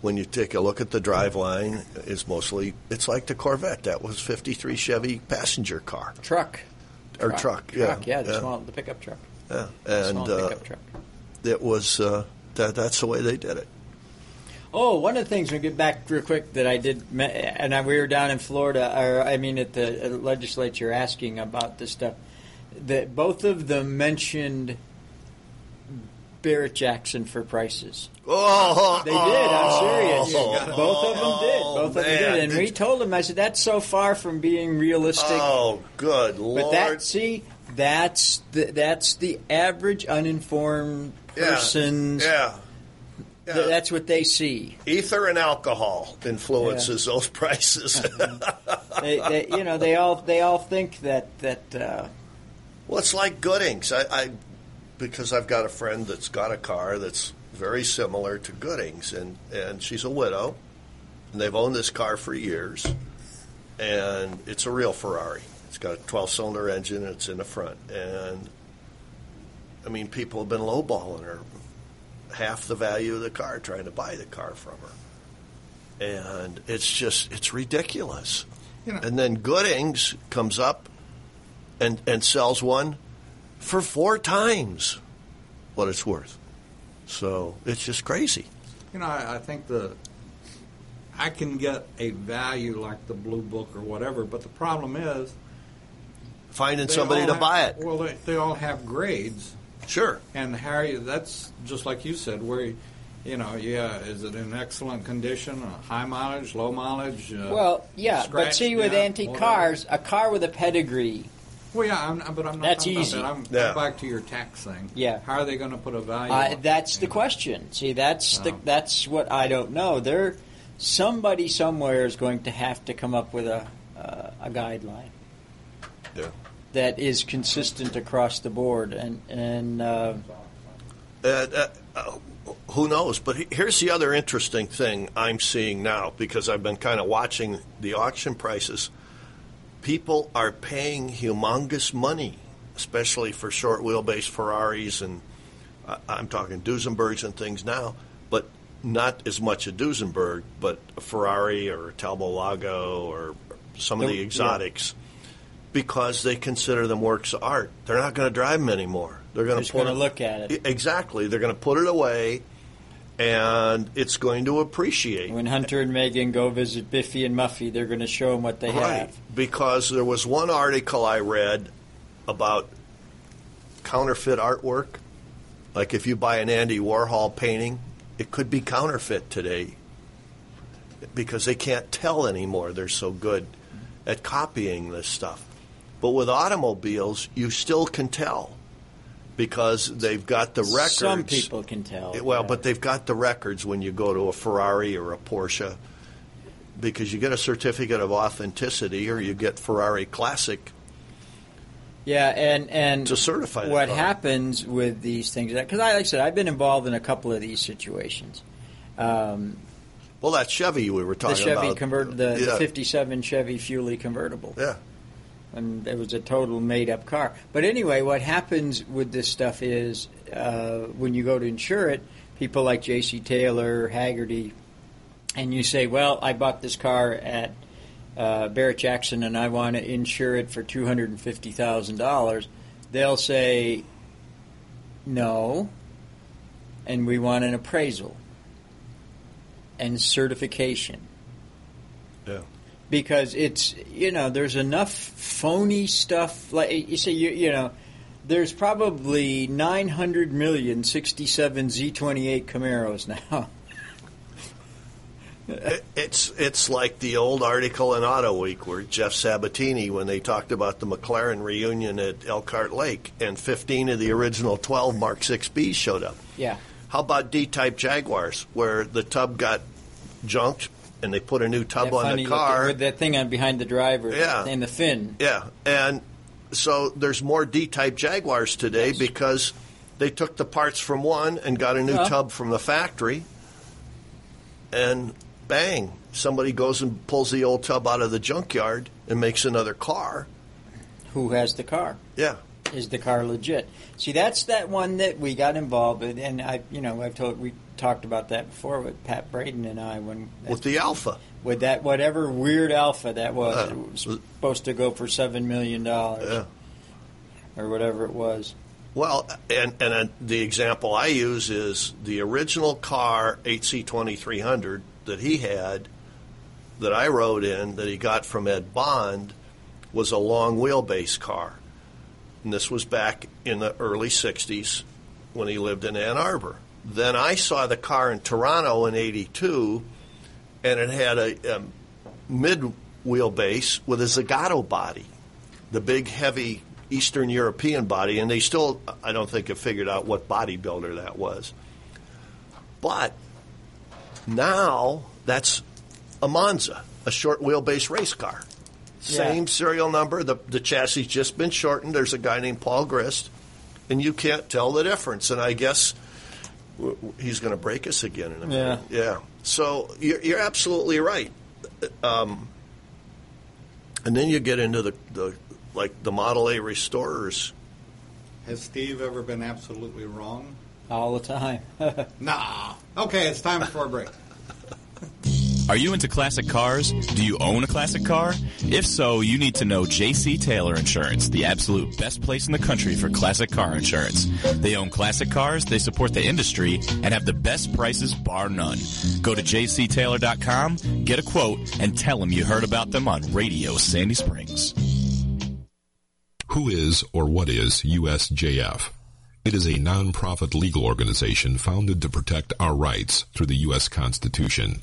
When you take a look at the driveline, it's mostly it's like the Corvette that was '53 Chevy passenger car
Truck.
or truck,
Truck, yeah,
yeah,
the, Small, the pickup truck.
yeah.
The
and
small
uh,
pickup truck.
it was uh, that that's the way they did it.
Oh, one of the things we get back real quick that I did, me- and I, we were down in Florida, or I mean at the uh, legislature asking about this stuff. That both of them mentioned Barrett Jackson for prices.
Oh,
They did. I'm serious.
Oh,
both of them did. Both of them
man.
did. And we told them, I said, that's so far from being realistic.
Oh, good
But
lord!
that see, that's the, that's the average uninformed
Yeah.
person's.
yeah.
th-
Yeah.
that's what they see.
Ether and alcohol influences those <laughs>
<laughs>
prices.
they, they, you know, they all they all think that that uh,
Well, it's like Gooding's. I, I because I've got a friend that's got a car that's very similar to Gooding's, and and she's a widow, and they've owned this car for years, and it's a real Ferrari. It's got a twelve-cylinder engine, and it's in the front, and I mean, people have been lowballing her half the value of the car, trying to buy the car from her, and it's just it's ridiculous. And then Goodings comes up and, and sells one for four times what it's worth. So it's just crazy.
You know, I, I think the I can get a value like the blue book or whatever, but the problem is
Finding
they
somebody
all
to
have-
buy it.
Well, they, they all have grades.
Sure.
And Harry, that's just like you said, where you know, yeah, is it in excellent condition, uh, high mileage, low mileage? Uh,
Well, yeah, but
scratched
see, with
up,
antique
whatever.
cars, a car with a pedigree,
Well, yeah, I'm, but I'm not
That's
talking
easy.
about that. I'm
Yeah.
back to your tax thing.
Yeah.
How are they going to put a value?
uh,
on it?
that's the
You know?
question. See, that's the
Um,
that's what I don't know. There, somebody somewhere is going to have to come up with a uh, a guideline
Yeah.
that is consistent across the board, and and uh,
Uh, uh, uh, who knows? But he- here's the other interesting thing I'm seeing now because I've been kind of watching the auction prices. People are paying humongous money, especially for short wheelbase Ferraris and I- I'm talking Duesenbergs and things now, but not as much a Duesenberg, but a Ferrari or a Talbot Lago or some of
The-
the exotics. Because they consider them works of art, they're not going to drive them anymore. They're going
Just gonna look at it.
E-, Exactly, they're going to put it away, and it's going to appreciate.
when Hunter and Megan go visit Biffy and Muffy, they're going to show them what they
Right,
have.
because there was one article I read about counterfeit artwork. Like if you buy an Andy Warhol painting, it could be counterfeit today because they can't tell anymore. They're so good at copying this stuff. But with automobiles, you still can tell because they've got the records.
Some people can tell.
Well,
Oh, yeah.
but they've got the records when you go to a Ferrari or a Porsche because you get a certificate of authenticity or you get Ferrari Classic.
Yeah, and and
To certify that
what
car.
happens with these things because I like I said I've been involved in a couple of these situations. Um,
Well, that Chevy we were
the
talking
Chevy
about.
convert the,
yeah.
the '57 Chevy Fuley convertible,
Yeah.
and it was a total made-up car. But anyway, what happens with this stuff is uh, when you go to insure it, people like J.C. Taylor, Haggerty, and you say, "Well, I bought this car at uh, Barrett Jackson, and I want to insure it for two hundred and fifty thousand dollars," they'll say, "No," and we want an appraisal and certification
Yeah.
because it's you know there's enough phony stuff like you see you, you know there's probably 900 million 67 Z28 Camaros now
It- It's it's like the old article in Auto Week where Jeff Sabatini, when they talked about the McLaren reunion at Elkhart Lake, and 15 of the original 12 Mark 6Bs showed up.
yeah
How about D-type Jaguars, where the tub got junked and they put a new tub
that
on
funny
the car?
looking- with that thing on behind the driver
Yeah.
and the fin
Yeah, and so there's more D-type Jaguars today because they took the parts from one and got a new
Yeah.
tub from the factory, and bang, somebody goes and pulls the old tub out of the junkyard and makes another car.
who has the car
Yeah,
is the car legit? See, that's that one that we got involved with, and I, you know, I've told we talked about that before with Pat Braden and I when
with the Alpha.
with that whatever weird alpha that was,
Uh,
it was supposed to go for seven million dollars
Yeah.
or whatever it was.
Well, and and uh, the example I use is the original car 8C2300 that he had that I rode in that he got from Ed Bond was a long wheelbase car. And this was back in the early 60s when he lived in Ann Arbor. Then I saw the car in Toronto in 82 and it had a, a mid wheelbase with a Zagato body the big, heavy Eastern European body, and they still, I don't think, have figured out what bodybuilder that was. But now that's a Monza, a short wheelbase race car. Same
Yeah.
serial number. The, the chassis just been shortened. There's a guy named Paul Grist, and you can't tell the difference. And I guess w- w- he's going to break us again in a minute.
Yeah.
Yeah. So you're, you're absolutely right. Um, And then you get into the, the like the Model A restorers.
Has Steve ever been absolutely wrong?
All the time. <laughs>
Nah. Okay, it's time for a break.
Are you into classic cars? Do you own a classic car? If so, you need to know JC Taylor Insurance, the absolute best place in the country for classic car insurance. They own classic cars, they support the industry, and have the best prices bar none. Go to jctaylor.com, get a quote, and tell them you heard about them on Radio Sandy Springs.
Who is or what is USJF? It is a nonprofit legal organization founded to protect our rights through the U.S. Constitution.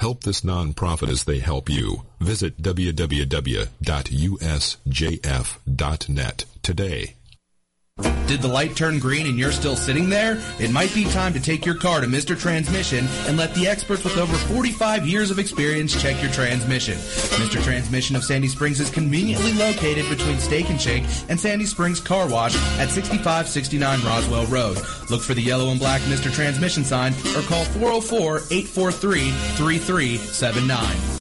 Help this nonprofit as they help you. Visit www.usjf.net today.
Did the light turn green and you're still sitting there? It might be time to take your car to Mr. Transmission and let the experts with over 45 years of experience check your transmission. Mr. Transmission of Sandy Springs is conveniently located between Steak and Shake and Sandy Springs Car Wash at 6569 Roswell Road. Look for the yellow and black Mr. Transmission sign or call 404-843-3379.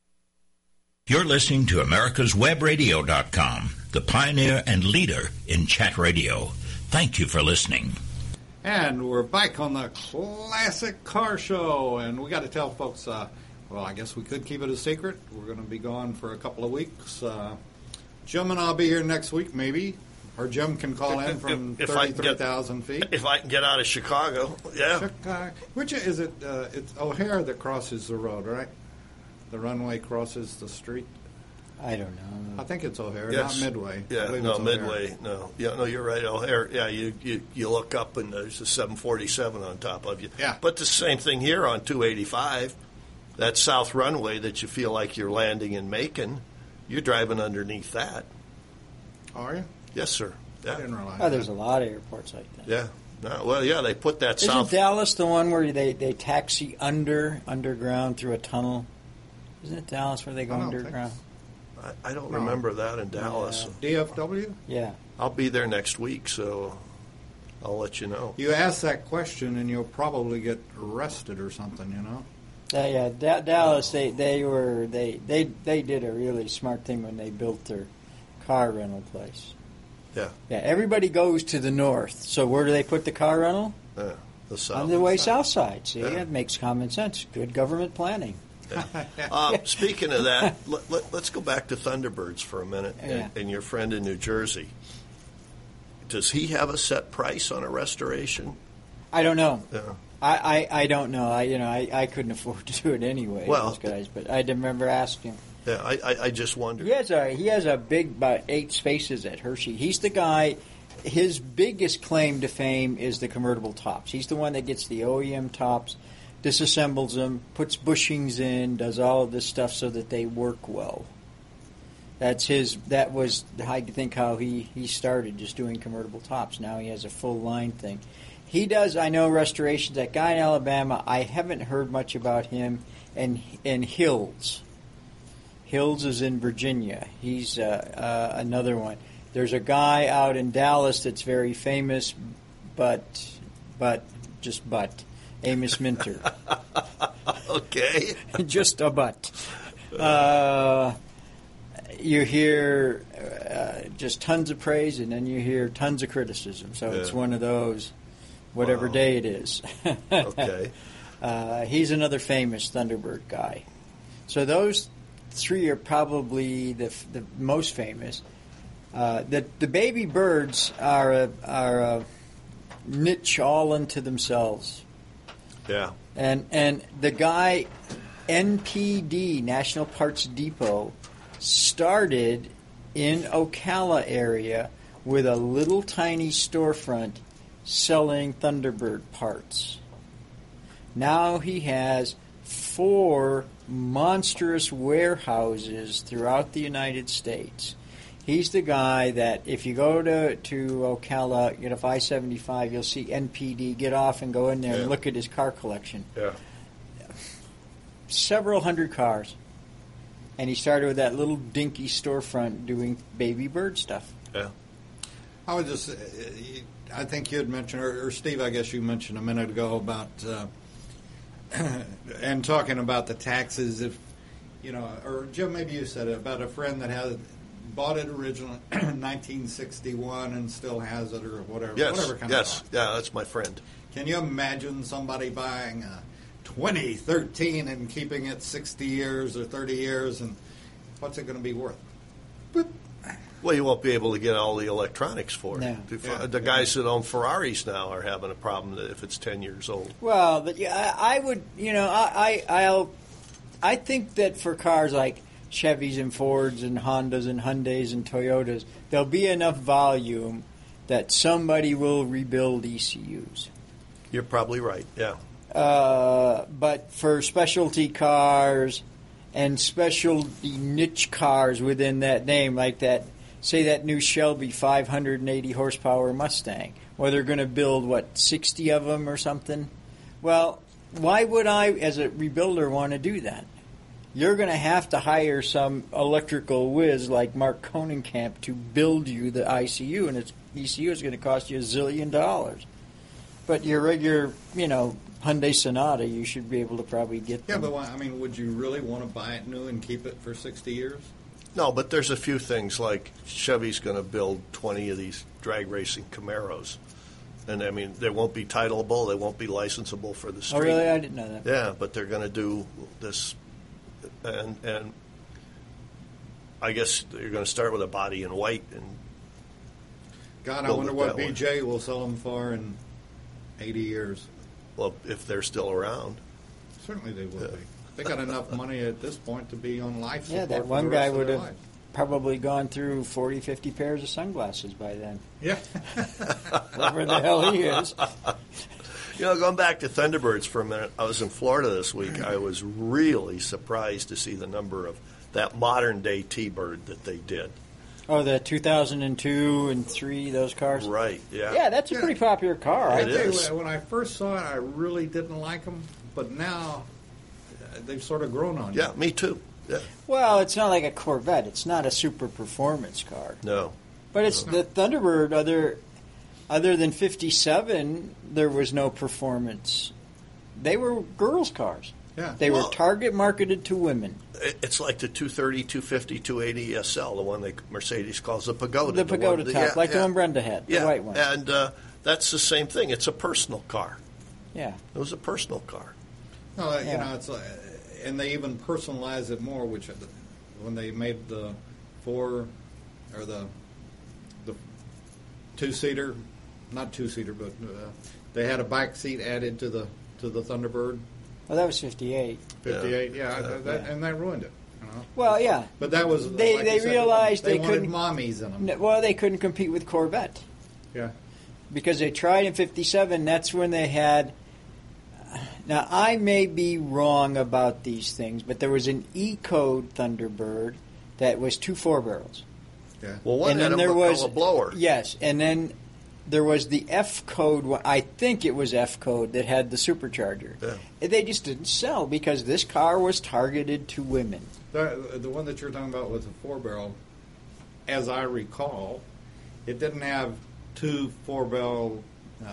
You're listening to America'sWebRadio.com, the pioneer and leader in chat radio. Thank you for listening.
And we're back on the classic car show, and we got to tell folks. Uh, well, I guess we could keep it a secret. We're going to be gone for a couple of weeks. Uh, Jim and I'll be here next week, maybe, or Jim can call in from
If I can
thirty-three
get-
thousand feet.
If I can get out of Chicago, <laughs> yeah.
Chicago. Which is it? Uh, it's O'Hare that crosses the road, right? The runway crosses the street.
I don't know.
I think it's O'Hare,
Yes.
not Midway. I
Yeah,
believe
no,
it's O'Hare.
Midway. No, yeah, no, you're right. O'Hare. Yeah, you, you you look up and there's a 747 on top of you.
Yeah.
But the same thing here on 285, that south runway that you feel like you're landing in Macon, you're driving underneath that.
Are you?
Yes, sir.
I
Yeah.
didn't realize.
Oh, there's
that.
a lot of airports like that.
Yeah. No, well, yeah, they put that
Isn't
south.
Dallas the one where they, they taxi under underground through a tunnel? Isn't it Dallas where they go
I don't think
underground?
I, I don't remember that in Dallas.
DFW.
Yeah.
I'll be there next week, so I'll let you know.
You ask that question, and you'll probably get arrested or something. You know.
Yeah, yeah. Da- Dallas, they, they were they, they they did a really smart thing when they built their car rental place.
Yeah.
Yeah, everybody goes to the north. So where do they put the car rental?
Uh, the south.
On the way south side. See,
Yeah.
it makes common sense. Good government planning.
Uh, speaking of that, let, let, us go back to Thunderbirds for a minute and,
Yeah.
and your friend in New Jersey. Does he have a set price on a restoration?
I don't know.
Yeah.
I, I, I don't know. I you know I, I couldn't <laughs> afford to do it anyway.
Well-
those guys, but I remember asking.
Yeah, I, I, I just wondered.
He has a he has a big about eight spaces at Hershey. He's the guy. His biggest claim to fame is the convertible tops. He's the one that gets the OEM tops, disassembles them, puts bushings in, does all of this stuff so that they work well. That's his. That was I think how he he started just doing convertible tops. Now he has a full line thing. He does. I know restorations. That guy in Alabama. I haven't heard much about him. And and Hills. Hills is in Virginia. He's uh, uh, another one. There's a guy out in Dallas that's very famous, but but just but
<laughs>
Amos Minter, <laughs>
Okay.
just a but. Uh, you hear uh, just tons of praise, and then you hear tons of criticism. So it's
Yeah.
one of those, whatever
Wow.
day it is.
Okay.
Uh, he's another famous Thunderbird guy. So those three are probably the, the most famous. Uh, the the baby birds are a, are a niche all unto themselves,
Yeah.
and and the guy NPD National Parts Depot started in Ocala area with a little tiny storefront selling Thunderbird parts. Now he has four monstrous warehouses throughout the United States. He's the guy that if you go to, to Ocala, get off I 75, you'll see NPD get off and go in there
Yeah.
and look at his car collection.
Yeah.
Several hundred cars. And he started with that little dinky storefront doing baby bird stuff.
Yeah.
I would just, uh, you- I think you had mentioned, or, or Steve, I guess you mentioned a minute ago about, uh, <clears throat> and talking about the taxes, if, you know, or Jim, maybe you said it, about a friend that had bought it originally <clears throat> in 1961 and still has it or whatever.
Yes,
whatever kind
yes,
Of
yeah, that's my friend.
Can you imagine somebody buying a 2013 and keeping it 60 years or 30 years and what's it going to be worth?
Well, you won't be able to get all the electronics for it.
No.
The,
Yeah.
the guys that own Ferraris now are having a problem that if it's ten years old.
Well, but yeah, I, I would, you know, I, I, I'll, I think that for cars like Chevys and Fords and Hondas and Hyundais and Toyotas, there'll be enough volume that somebody will rebuild E ECUs.
You're probably right. Yeah,
Uh, but for specialty cars and specialty niche cars within that name, like that, say that new Shelby 580 horsepower Mustang, or they're going to build what 60 of them or something. Well, why would I, as a rebuilder, want to do that? You're going to have to hire some electrical whiz like Mark Konenkamp to build you the ICU, and its ECU is going to cost you a zillion dollars. But your regular, you know, Hyundai Sonata, you should be able to probably get.
Yeah,
them.
but why, I mean, would you really want to buy it new and keep it for 60 years?
no, but there's a few things like Chevy's going to build twenty of these drag racing Camaros, and I mean they won't be titleable, they won't be licensable for the street.
oh, really? I didn't know that.
Yeah, but they're going to do this, and and I guess you're going to start with a body in white, and
God, I
Build
wonder
it
what
that way.
BJ will sell them for in 80 years.
well, if they're still around,
Certainly they will be. They got enough money at this point to be on life support.
Yeah,
for
that
the
one
rest
guy
of
would
their
have
life.
probably gone through 40, 50 pairs of sunglasses by then. <laughs>
Yeah.
Where the hell he is.
You know, going back to Thunderbirds for a minute, I was in Florida this week. I was really surprised to see the number of that modern day T bird that they did.
Oh, the 2002 and 3, those cars?
Right, yeah.
Yeah, that's a
Yeah.
pretty popular car.
I
I
It
tell you
is.
what, When I first saw it, I really didn't like them, but now uh, they've sort of grown on
Yeah, me too. Yeah,
Well, it's not like a Corvette. It's not a super performance car.
no.
But it's the Thunderbird. Other other than '57, there was no performance. They were girls' cars.
Yeah.
They
Well-
were target marketed to women.
It- It's like the 230, 250, 280 SL, the one that Mercedes calls the pagoda.
The pagoda
one-
top, like the one Brenda had, the
yeah.
white one.
And uh, that's the same thing. It's a personal car.
Yeah.
It was a personal car.
you. No, you
Yeah.
know, it's like, and they even personalized it more, which uh, when they made the four or the the two seater, not two seater, but uh, they had a back seat added to the to the Thunderbird
Well, that was '58.
58. Yeah, I- that,
Yeah.
and that ruined it. You know?
Well, yeah.
But that was
They-
like
they
you said,
realized
they,
they
wanted
couldn't-
mommies in them.
No, Well, they couldn't compete with Corvette
Yeah.
because they tried in '57. That's when they had. Now I may be wrong about these things, but there was an E code Thunderbird that was two four barrels.
Yeah.
Well, one
and
had
then
a
there
Bacala
was
blower.
Yes, and then there was the F code. one- I think it was F code that had the supercharger.
Yeah.
And They just didn't sell because this car was targeted to women.
The, the one that you're talking about was a four barrel. As I recall, it didn't have two four barrel uh,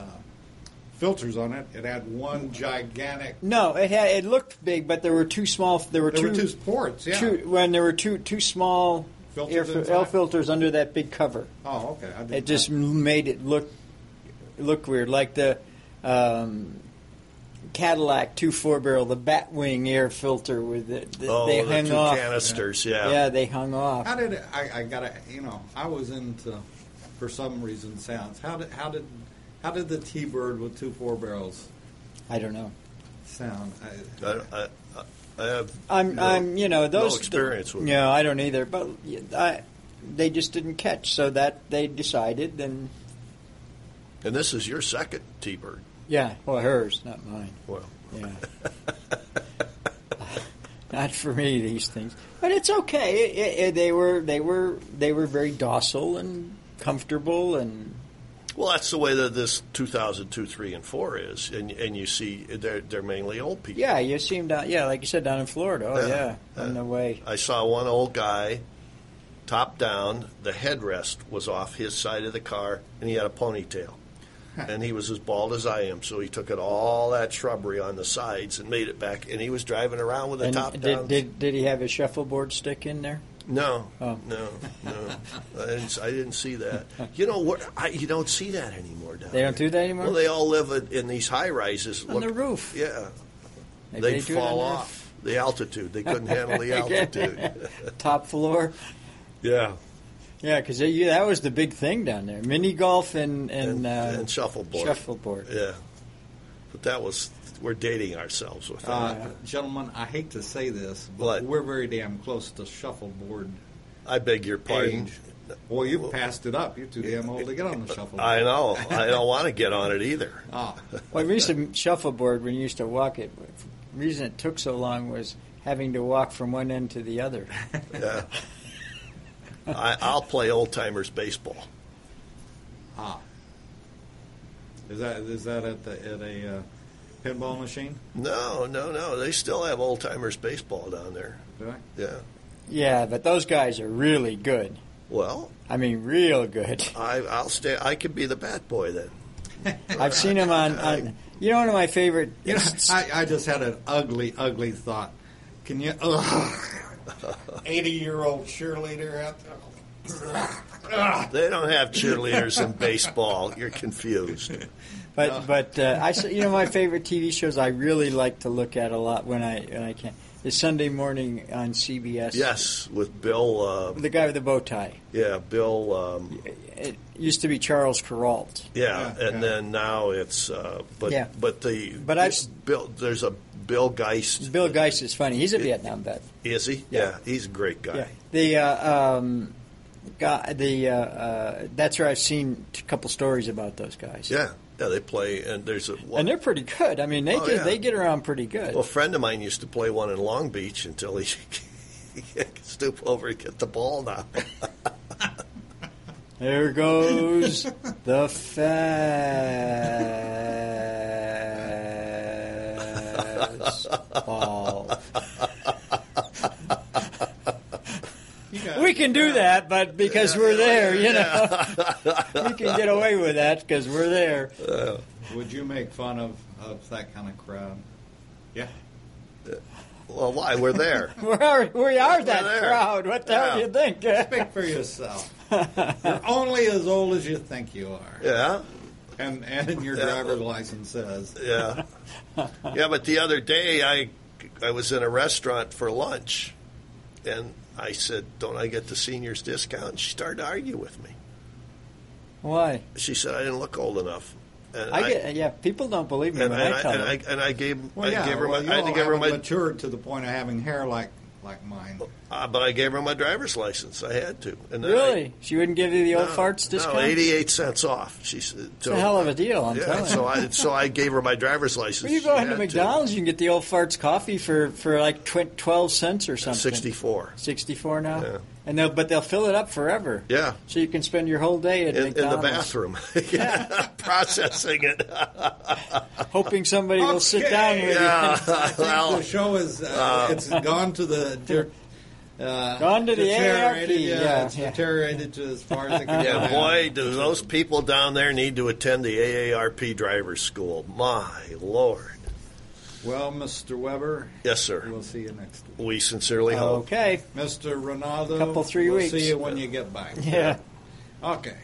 filters on it. It had one gigantic.
No, it had it looked big, but there were two small. There were
There
two.
were two ports. Yeah.
two- when there were two two small
Filters
air, fil-
inside?
air filters under that big cover.
Oh, okay. I didn't
It just
know.
made it look look weird, like the um, Cadillac two four barrel, the Batwing air filter with the, the
Oh,
they
the
hung
two
off.
canisters, yeah.
yeah, they hung off.
How did it, I, I gotta? You know, I was into for some reason sounds. How did how did how did the T bird with two four barrels
I don't know.
sound? I,
I, I, I have
I'm,
no-
I'm, you know, those
no experience with.
Yeah, I don't either. But I, they just didn't catch, so that they decided. Then,
And this is your second T-bird.
yeah, well, hers, not mine.
Well,
Yeah, <laughs> not for me these things. But it's okay. It, it, it- they were, they were, they were very docile and comfortable, and
well, that's the way that this 2002, three, and four is, and and you see they're they're mainly old people.
yeah, you seem down. Yeah, like you said, down in Florida. Oh yeah, on the way.
I saw one old guy top down. The headrest was off his side of the car, and he had a ponytail. And he was as bald as I am, so he took it all that shrubbery on the sides and made it back. And he was driving around with a
And
top down.
did, did did he have his shuffleboard stick in there?
No,
Oh.
no,
<laughs>
no. I didn't, I didn't see that. You know what? I, you don't see that anymore. Down
They don't
there.
do that anymore?
Well, they all live in, in these high rises.
On the roof.
Yeah,
Maybe
they
do it on
fall
the roof.
off the altitude. They
<laughs>
couldn't handle the altitude.
Top floor.
yeah,
Yeah, because that was the big thing down there: mini golf and and,
and,
uh,
and shuffleboard.
Shuffleboard.
Yeah, but that was we're dating ourselves with that.
Uh, gentlemen, I hate to say this,
What?
but we're very damn close to shuffleboard
I beg your pardon.
age. Well, you've passed it up. You're too damn old to get on the shuffleboard.
I know. I don't want to get on it either.
Ah,
Well, the reason shuffleboard when you used to walk it, the reason it took so long was having to walk from one end to the
<laughs>
other.
Yeah. I, I'll play old timers baseball.
ah. Is that is that at the at a uh, pinball
<laughs>
machine?
No, no, no. They still have old timers baseball down there.
Do I?
Yeah.
yeah, but those guys are really good.
Well,
I mean, real
<laughs>
good.
I, I'll stay. I could be the bat boy then.
I've seen them on. on you know, one of my favorite. <laughs>
You know, I, I just had an ugly, ugly thought. Can you? Eighty-year-old cheerleader out there. Ugh.
They don't have cheerleaders in baseball. You're confused.
But but uh, I s- you know
<laughs>
my favorite TV shows I really like to look at a lot when I when I can is Sunday morning on CBS.
Yes, with Bill. Um,
the guy with the bow tie.
yeah, Bill. Um,
It used to be Charles Perrault.
yeah,
Yeah,
and
yeah.
then now it's. Uh, but
Yeah.
but the
But I've-
Bill. There's a Bill Geist.
Bill Geist is funny. He's a Vietnam vet.
Is he?
Yeah.
he's a great guy.
Yeah. The uh, um, guy, the uh, uh, that's where I've seen a couple stories about those guys.
yeah, Yeah, They play and there's a.
And they're pretty good. I mean, they
Oh,
get,
yeah.
they get around pretty good.
Well, a friend of mine used to play one in Long Beach until he <laughs> could stoop over and get the ball now. <laughs> <laughs>
There goes the fastball.
You got-
We can do that, but because we're there, you know, we can get away with that because we're there.
Would you make fun of, of that kind of crowd? Yeah.
well, why? We're there.
We are, we are that
there.
crowd. What the hell do you think?
Speak for yourself. You're only as old as you think you are,
Yeah,
and and your driver's license says.
<laughs>
yeah, yeah. But the other day, I I was in a restaurant for lunch, and I said, "Don't I get the seniors discount?" And she started to argue with me.
Why?
She said, "I didn't look old enough." And
I get yeah. People don't believe me
and,
when
and
I
I,
tell
and
them.
I and I gave
Well,
I
yeah.
gave her
well,
my I had
you
to
all
give her
haven't
my
matured to the point of having hair like like mine.
uh, but I gave her my driver's license. I had to. And then I-
really? she wouldn't give you the old
No,
farts discount.
No, eighty-eight cents off. She said, "It's
a hell of a deal, I'm
yeah,
telling
So
you.
I so I gave her my driver's license.
Well, you
She
go into
had to.
McDonald's, you can get the old farts coffee for, for like tw- twelve cents or something.
64.
64 now.
Yeah.
And they'll but they'll fill it up forever.
Yeah.
So you can spend your whole day at
In, in the
McDonald's
bathroom, <laughs> Yeah, processing
<laughs>
it.
hoping somebody will sit
Okay.
down with
Yeah,
you.
<laughs> well,
the show is uh, it's gone to <laughs> the de- uh,
Gone to the
deteriorated,
hierarchy, yeah,
it's
yeah.
deteriorated to as far as it
<laughs>
can
yeah,
go.
boy, do those people down there need to attend the AARP driver's school? My lord.
Well, Mr. Weber.
Yes, sir.
We'll see you next week.
We
uh,
sincerely hope.
Okay.
Mr. Ronaldo.
Couple, three
we'll
weeks.
<laughs> See you when you get back.
Yeah.
Okay.